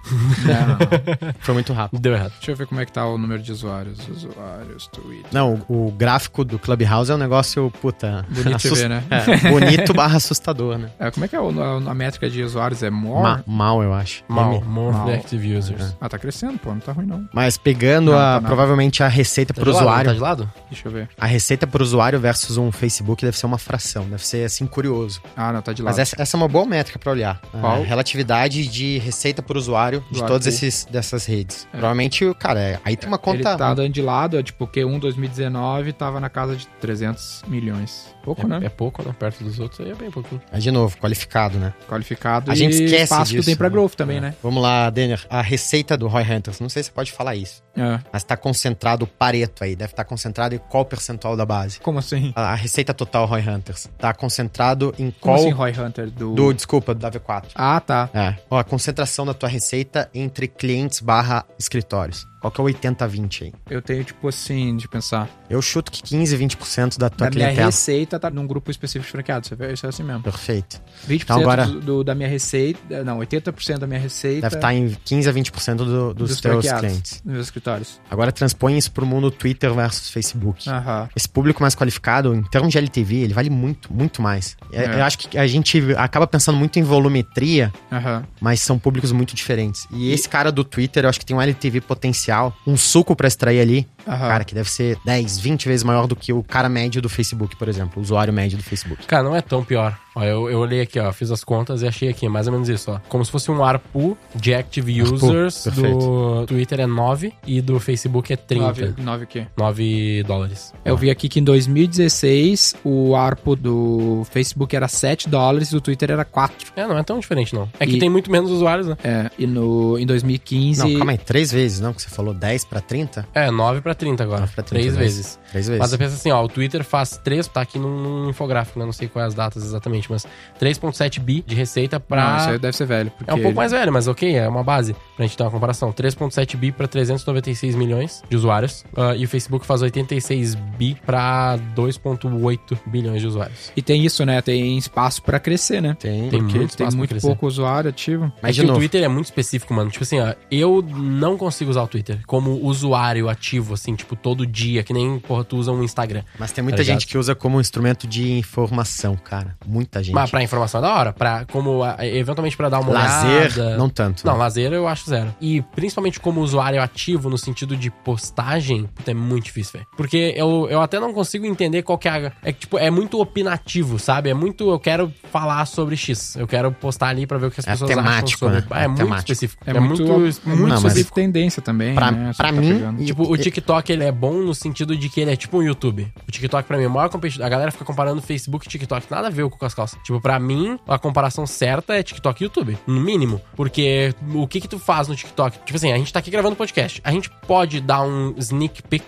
Não, não, não. Foi muito rápido. deu errado. Deixa eu ver como é que tá o número de usuários. Usuários, Twitter. Não, o o gráfico do Clubhouse é um negócio, puta. Bonito de assust- ver, né? [LAUGHS] É, bonito barra assustador, né? É, como é que é o- a, a métrica de usuários? É more? Ma- mal, eu acho. Mal, M. more Mal. active É. users. Ah, tá crescendo, pô. Não tá ruim, não. Mas pegando Não, a, tá mal. provavelmente a receita Tá por de lado, usuário. Tá de lado? Deixa eu ver. A receita por usuário versus um Facebook deve ser uma fração. Deve ser assim, curioso. Ah, não, tá de lado. Mas essa, essa é uma boa métrica pra olhar. Qual? A relatividade de receita por usuário de Do todas API. esses, dessas redes. Provavelmente, cara, é- aí tem uma Ele conta. tá dando de lado, é tipo, Porque um 2019 tava na casa de 300 milhões. Pouco, Uhum. É, né? é pouco, né? Perto dos outros aí é bem pouquinho. É de novo, qualificado, né? Qualificado A gente e esquece espaço disso, que tem pra né? growth também, É. né? Vamos lá, Denner. A receita do Roy Hunters. Não sei se você pode falar isso, É. mas tá concentrado o Pareto aí. Deve estar concentrado em qual percentual da base? Como assim? A a receita total Roy Hunters tá concentrado em Como qual assim, Roy Hunter? Do... do, desculpa, da V4. Ah, tá. É. Ó, a concentração da tua receita entre clientes barra escritórios. Qual que é o 80-20 aí? Eu tenho, tipo assim, de pensar. Eu chuto que 15, 20% da tua Da minha clientela. receita tá num grupo específico de franqueados. Você vê? Isso é assim mesmo. Perfeito. 20% Então agora- do, do- da minha receita. Não, 80% da minha receita. Deve estar em 15 a 20% do, dos, tá. dos teus franqueados, clientes. Nos meus escritórios. Agora transpõe isso pro mundo Twitter versus Facebook. Aham. Esse público mais qualificado, em termos de LTV, ele vale muito, muito mais. É, É. Eu acho que a gente acaba pensando muito em volumetria, Aham. mas são públicos muito diferentes. E, esse cara do Twitter, eu acho que tem um LTV potencial, um suco pra extrair ali, Aham. cara, que deve ser 10, 20 vezes maior do que o cara médio do Facebook, por exemplo, o usuário médio do Facebook. Cara, não é tão pior. Ó, eu, eu olhei aqui, ó, fiz as contas e achei aqui, mais ou menos isso, ó. Como se fosse um ARPU de Active ARPU, Users perfeito. do Twitter é 9 e do Facebook é 30. 9, 9, 9 o quê? dólares. Eu vi aqui que em 2016 o ARPO do Facebook era 7 dólares e do Twitter era 4. É, não é tão diferente, não. É que E- tem muito menos usuários, né? É, e no, em 2015. Não, calma aí, três vezes, não? Que você falou 10 pra 30? É, 9 pra 30 agora. Nove pra 30, três né? vezes. Três vezes. Mas eu penso assim, ó, o Twitter faz 3, tá aqui num, num infográfico, né? Não sei quais as datas exatamente, mas 3.7 bi de receita pra... Não, isso aí deve ser velho. Porque É um pouco mais velho, mas ok, é uma base pra gente ter uma comparação. 3.7 bi pra 396 milhões de usuários. ah, e o Facebook faz 86 bi pra 2.8 bilhões de usuários. E tem isso, né? Tem espaço pra crescer, né? Tem. Tem Porque muito tem espaço pra muito crescer. pouco usuário ativo. Mas é de que novo, o Twitter é muito específico, mano. Tipo assim, ó, eu não consigo usar o Twitter como usuário ativo, assim, tipo, todo dia, que nem, porra, tu usa um Instagram. mas tem muita Tá ligado? gente que usa como instrumento de informação, cara. Muita gente. Mas pra informação é da hora, pra, como, ah, eventualmente pra dar uma Lazer, olhada. não tanto. Não, né? lazer eu acho zero. E principalmente como usuário ativo no sentido de postagem, puta, é muito difícil, velho. Porque eu, eu até não consigo entender qual que é a. É que, tipo, é muito opinativo, sabe? É muito. Eu quero falar sobre X. Eu quero postar ali pra ver o que as É pessoas acham temático, sobre. né? Ah, É, É muito temático. específico. É, muito, muito, não, mas- sobre tendência também. Pra- né? Você pra mim, pegando. e- Tipo, o TikTok, ele é bom no sentido de que ele é tipo um YouTube. O TikTok, pra mim, é o maior competidor. A galera fica comparando Facebook e TikTok. Nada a ver com as calças. Tipo, pra mim, a comparação certa é TikTok e YouTube. No mínimo. Porque o que que tu faz no TikTok? Tipo assim, a gente tá aqui gravando podcast. A gente pode dar um sneak peek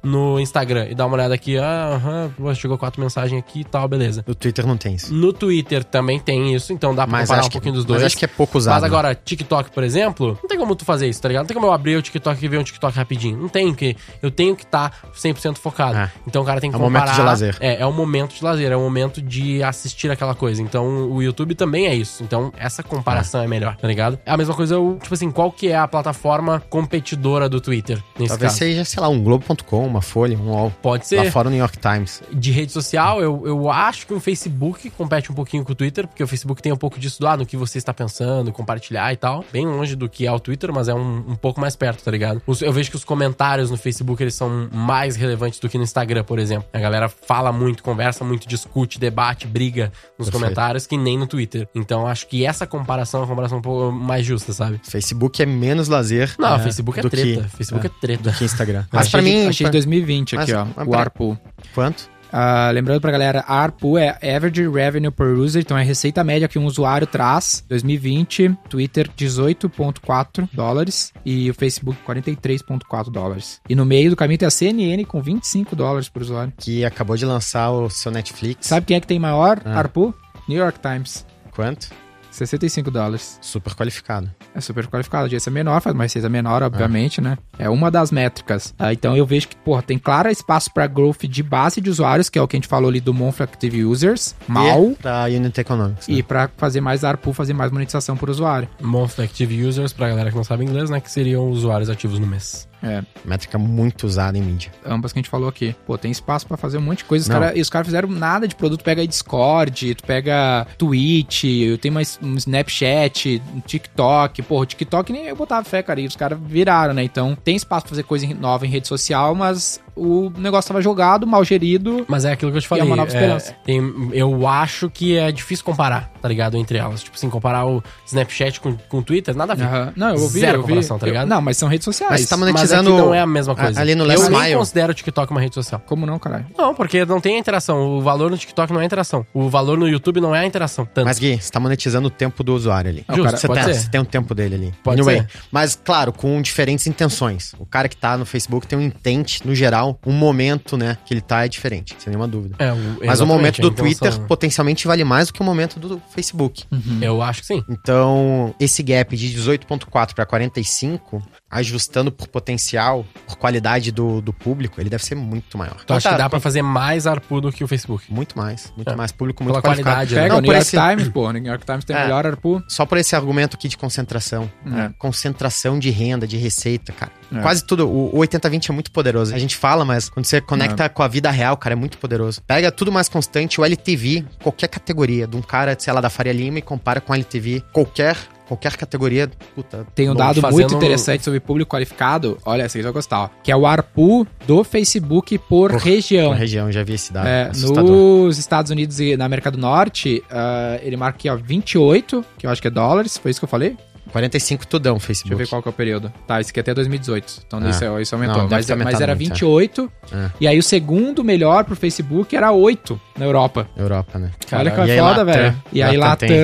no Instagram e dar uma olhada aqui. Ah, aham, pô, chegou quatro mensagens aqui e tal, beleza. O Twitter não tem isso. No Twitter também tem isso, então dá pra Mas comparar acho, um que, pouquinho dos dois. mas acho que é pouco usado. Mas agora, TikTok, por exemplo, não tem como tu fazer isso, tá ligado? Não tem como eu abrir o TikTok e ver um TikTok rapidinho. Não tem, porque eu tenho que tá estar 100% focado. É. Então o cara tem que É um comparar. momento de lazer. É, é um momento de lazer, é um momento de assistir aquela coisa. Então o YouTube também é isso. Então essa comparação é, melhor, tá ligado? É a mesma coisa, o- tipo assim, qual que é a plataforma competidora do Twitter nesse né? Talvez caso? seja, sei lá, um Globo.com, uma Folha, um UOL. Pode ser. Lá fora o New York Times. de rede social, eu, eu acho que o Facebook compete um pouquinho com o Twitter, porque o Facebook tem um pouco disso do ah, no que você está pensando, compartilhar e tal. Bem longe do que é o Twitter, mas é um, um pouco mais perto, tá ligado? Os- eu vejo que os comentários no Facebook, eles são mais relevantes do que no Instagram, por exemplo. A galera fala muito, conversa muito, discute, debate, briga nos Perfeito. comentários, que nem no Twitter. Então, acho que essa comparação é uma comparação um pouco mais justa, sabe? Facebook é menos lazer. Não, é, Facebook é do treta. Que, Facebook é, é, treta. do que Instagram. Mas Mas pra mim. Achei de pra- 2020 aqui, Mas- ó. mas o pera- ARPU. Quanto? Ah, lembrando pra galera, ARPU é Average Revenue Per User, então é a receita média que um usuário traz. 2020, Twitter 18,4 dólares e o Facebook 43,4 dólares. E no meio do caminho tem a CNN com 25 dólares por usuário. Que acabou de lançar o seu Netflix. Sabe quem é que tem maior Ah. ARPU? New York Times, Quanto? 65 dólares. Super qualificado. É super qualificado, a audiência é menor, faz uma receita menor, Ah. obviamente, né? É uma das métricas. Ah, então eu vejo que, porra, tem claro espaço pra growth de base de usuários, que é o que a gente falou ali do Monthly Active Users, mal. E Da Unit Economics. né? E pra fazer mais ARPU, fazer mais monetização por usuário. Monthly Active Users, pra galera que não sabe inglês, né? Que seriam usuários ativos no mês. É, Métrica muito usada em mídia. ambas que a gente falou aqui. Pô, tem espaço pra fazer um monte de coisa. Os Não. cara, e os caras fizeram nada de produto. Pega aí Discord, tu pega Twitch, tem mais um Snapchat, um TikTok. Porra, o TikTok nem eu botava fé, cara. E os caras viraram, né? Então tem espaço pra fazer coisa em- nova em rede social, mas o negócio estava jogado, mal gerido. Mas é aquilo que eu te falei. é uma nova esperança. tem- eu acho que é difícil comparar, tá ligado? Entre elas. Tipo assim, comparar o Snapchat com, com o Twitter, nada a ver. Aham. Não, eu ouvi, Zero eu ouvi. comparação, tá Eu- ligado? não, mas são redes sociais. Mas você tá Mas monetizando. é que não é a mesma coisa. a- ali no eu Last nem Mile. considero o TikTok uma rede social. Como não, caralho? Não, porque não tem a interação. O valor no TikTok não é a interação. O valor no YouTube não é a interação. Tanto. Mas, Gui, você tá monetizando o tempo do usuário ali. Ah, o Justo, cara- Você pode tem, ser. você tem um tempo dele ali. Pode anyway, ser. mas claro, com diferentes intenções. O cara que tá no Facebook tem um intent, no geral, um momento, né, que ele tá é diferente, sem nenhuma dúvida. É, Mas o exatamente, momento a Hum. do intenção. Twitter potencialmente vale mais do que o momento do Facebook. Eu acho que sim. Então, esse gap de 18.4 para 45, ajustando por potencial, por qualidade do, do público, ele deve ser muito maior. Tu acha Tá, que dá pra fazer mais arpudo que o Facebook? Muito mais, muito É. mais. Público muito Pela qualificado. qualidade, né? Pega Não, o New por York esse- Times, pô. O New York Times tem o É. melhor ARPU. Só por esse argumento aqui de concentração. né? Concentração de renda, de receita, cara. É. Quase tudo. O o 80-20 é muito poderoso. A gente fala, mas quando você conecta com a vida real, cara, é muito poderoso. Pega tudo mais constante, o LTV, qualquer categoria, de um cara, sei lá, da Faria Lima e compara com o LTV qualquer. Qualquer categoria, puta. Tem um Bom, dado fazendo muito um- interessante sobre público qualificado. Olha, essa aqui você vai gostar, ó. Que é o ARPU do Facebook por região. Uma região, já vi esse dado. É, assustador. nos Estados Unidos e na América do Norte, ah, ele marca aqui, ó, 28, que eu acho que é dólares, foi isso que eu falei? Deixa 45 tudão, Facebook. eu ver qual que é o período. Tá, esse aqui é até 2018, então Ah. isso, é- isso aumentou. Não, deve mas, ter aumentado mas era muito, é. 28, É. e aí o segundo melhor pro Facebook era 8 na Europa. Europa, né? Olha que E aí, foda, Latam? velho. E aí Latam, tem.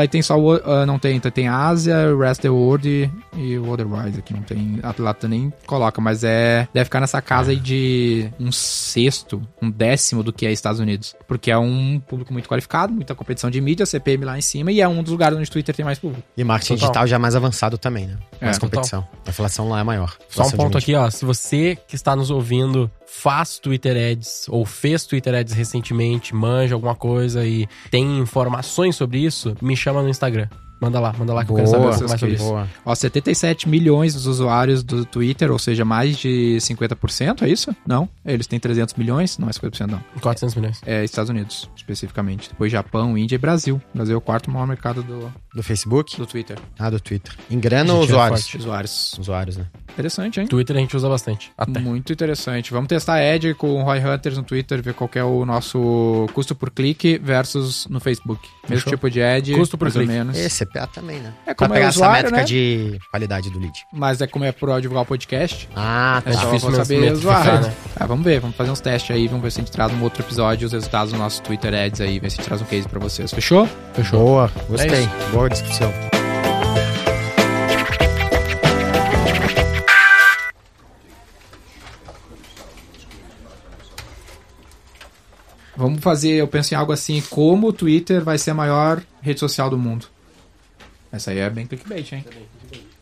aí tem só o... ah, não tem, então tem Ásia, Rest of the World e, e o Otherwise aqui, não tem... A Latam nem coloca, mas é... Deve ficar nessa casa aí de um sexto, um décimo do que é Estados Unidos. Porque é um público muito qualificado, muita competição de mídia, CPM lá em cima, e é um dos lugares onde o Twitter tem mais público. E marketing Total. digital já é mais avançado também, né? É, Mais total. competição. A inflação lá é maior. Só um Inflação de ponto mídia. aqui, ó. Se você que está nos ouvindo faz Twitter Ads ou fez Twitter Ads recentemente, manja alguma coisa e tem informações sobre isso, me chama no Instagram. Manda lá, manda lá que eu quero saber um Boa, pouco mais sobre isso. boa. Ó, 77 milhões dos usuários do Twitter, ou seja, mais de 50%, é isso? Não, eles têm 300 milhões, não é 50% não. 400 milhões. É, Estados Unidos, especificamente. Depois Japão, Índia e Brasil. Brasil é o quarto maior mercado do, Do Facebook? do Twitter. Ah, do Twitter. Engana Gente, é usuários. forte. Usuários. usuários, né? Interessante, hein? Twitter a gente usa bastante. Até. Muito interessante. Vamos testar a Ed com o Roy Hunters no Twitter, ver qual que é o nosso custo por clique versus no Facebook. Mesmo Fechou. tipo de ad, Custo por mais ou clique. menos. E CPA também, né? É pra como é pegar usuário, essa métrica né? de qualidade do lead. Mas é como é pro divulgar o podcast. Ah, É É só tá. difícil vou mesmo saber metrificar, usuário. né? Ah, vamos ver, vamos fazer uns testes aí, vamos ver se a gente traz um outro episódio, os resultados do nosso Twitter Ads aí, ver se a gente traz um case pra vocês. Fechou? Fechou. Boa, É gostei. Boa descrição. Vamos fazer, eu penso em algo assim, como o Twitter vai ser a maior rede social do mundo. Essa aí é bem clickbait, hein?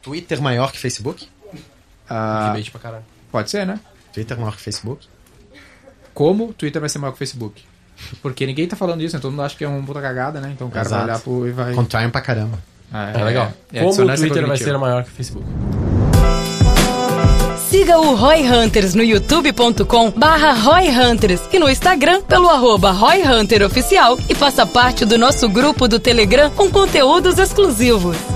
Twitter maior que Facebook? Ah, Clickbait pra caralho. pode ser, né? Twitter maior que Facebook? Como o Twitter vai ser maior que o Facebook. Porque ninguém tá falando isso, né? Todo mundo acha que é uma puta cagada, né? Então o cara Exato. vai olhar pro e vai... Contraem pra caramba. Ah, É legal. é Como o dissonância Twitter vai cognitiva. ser maior que o Facebook? Siga o Roy Hunters no youtube.com barra Roy Hunters e no Instagram pelo arroba Roy Hunter Oficial e faça parte do nosso grupo do Telegram com conteúdos exclusivos.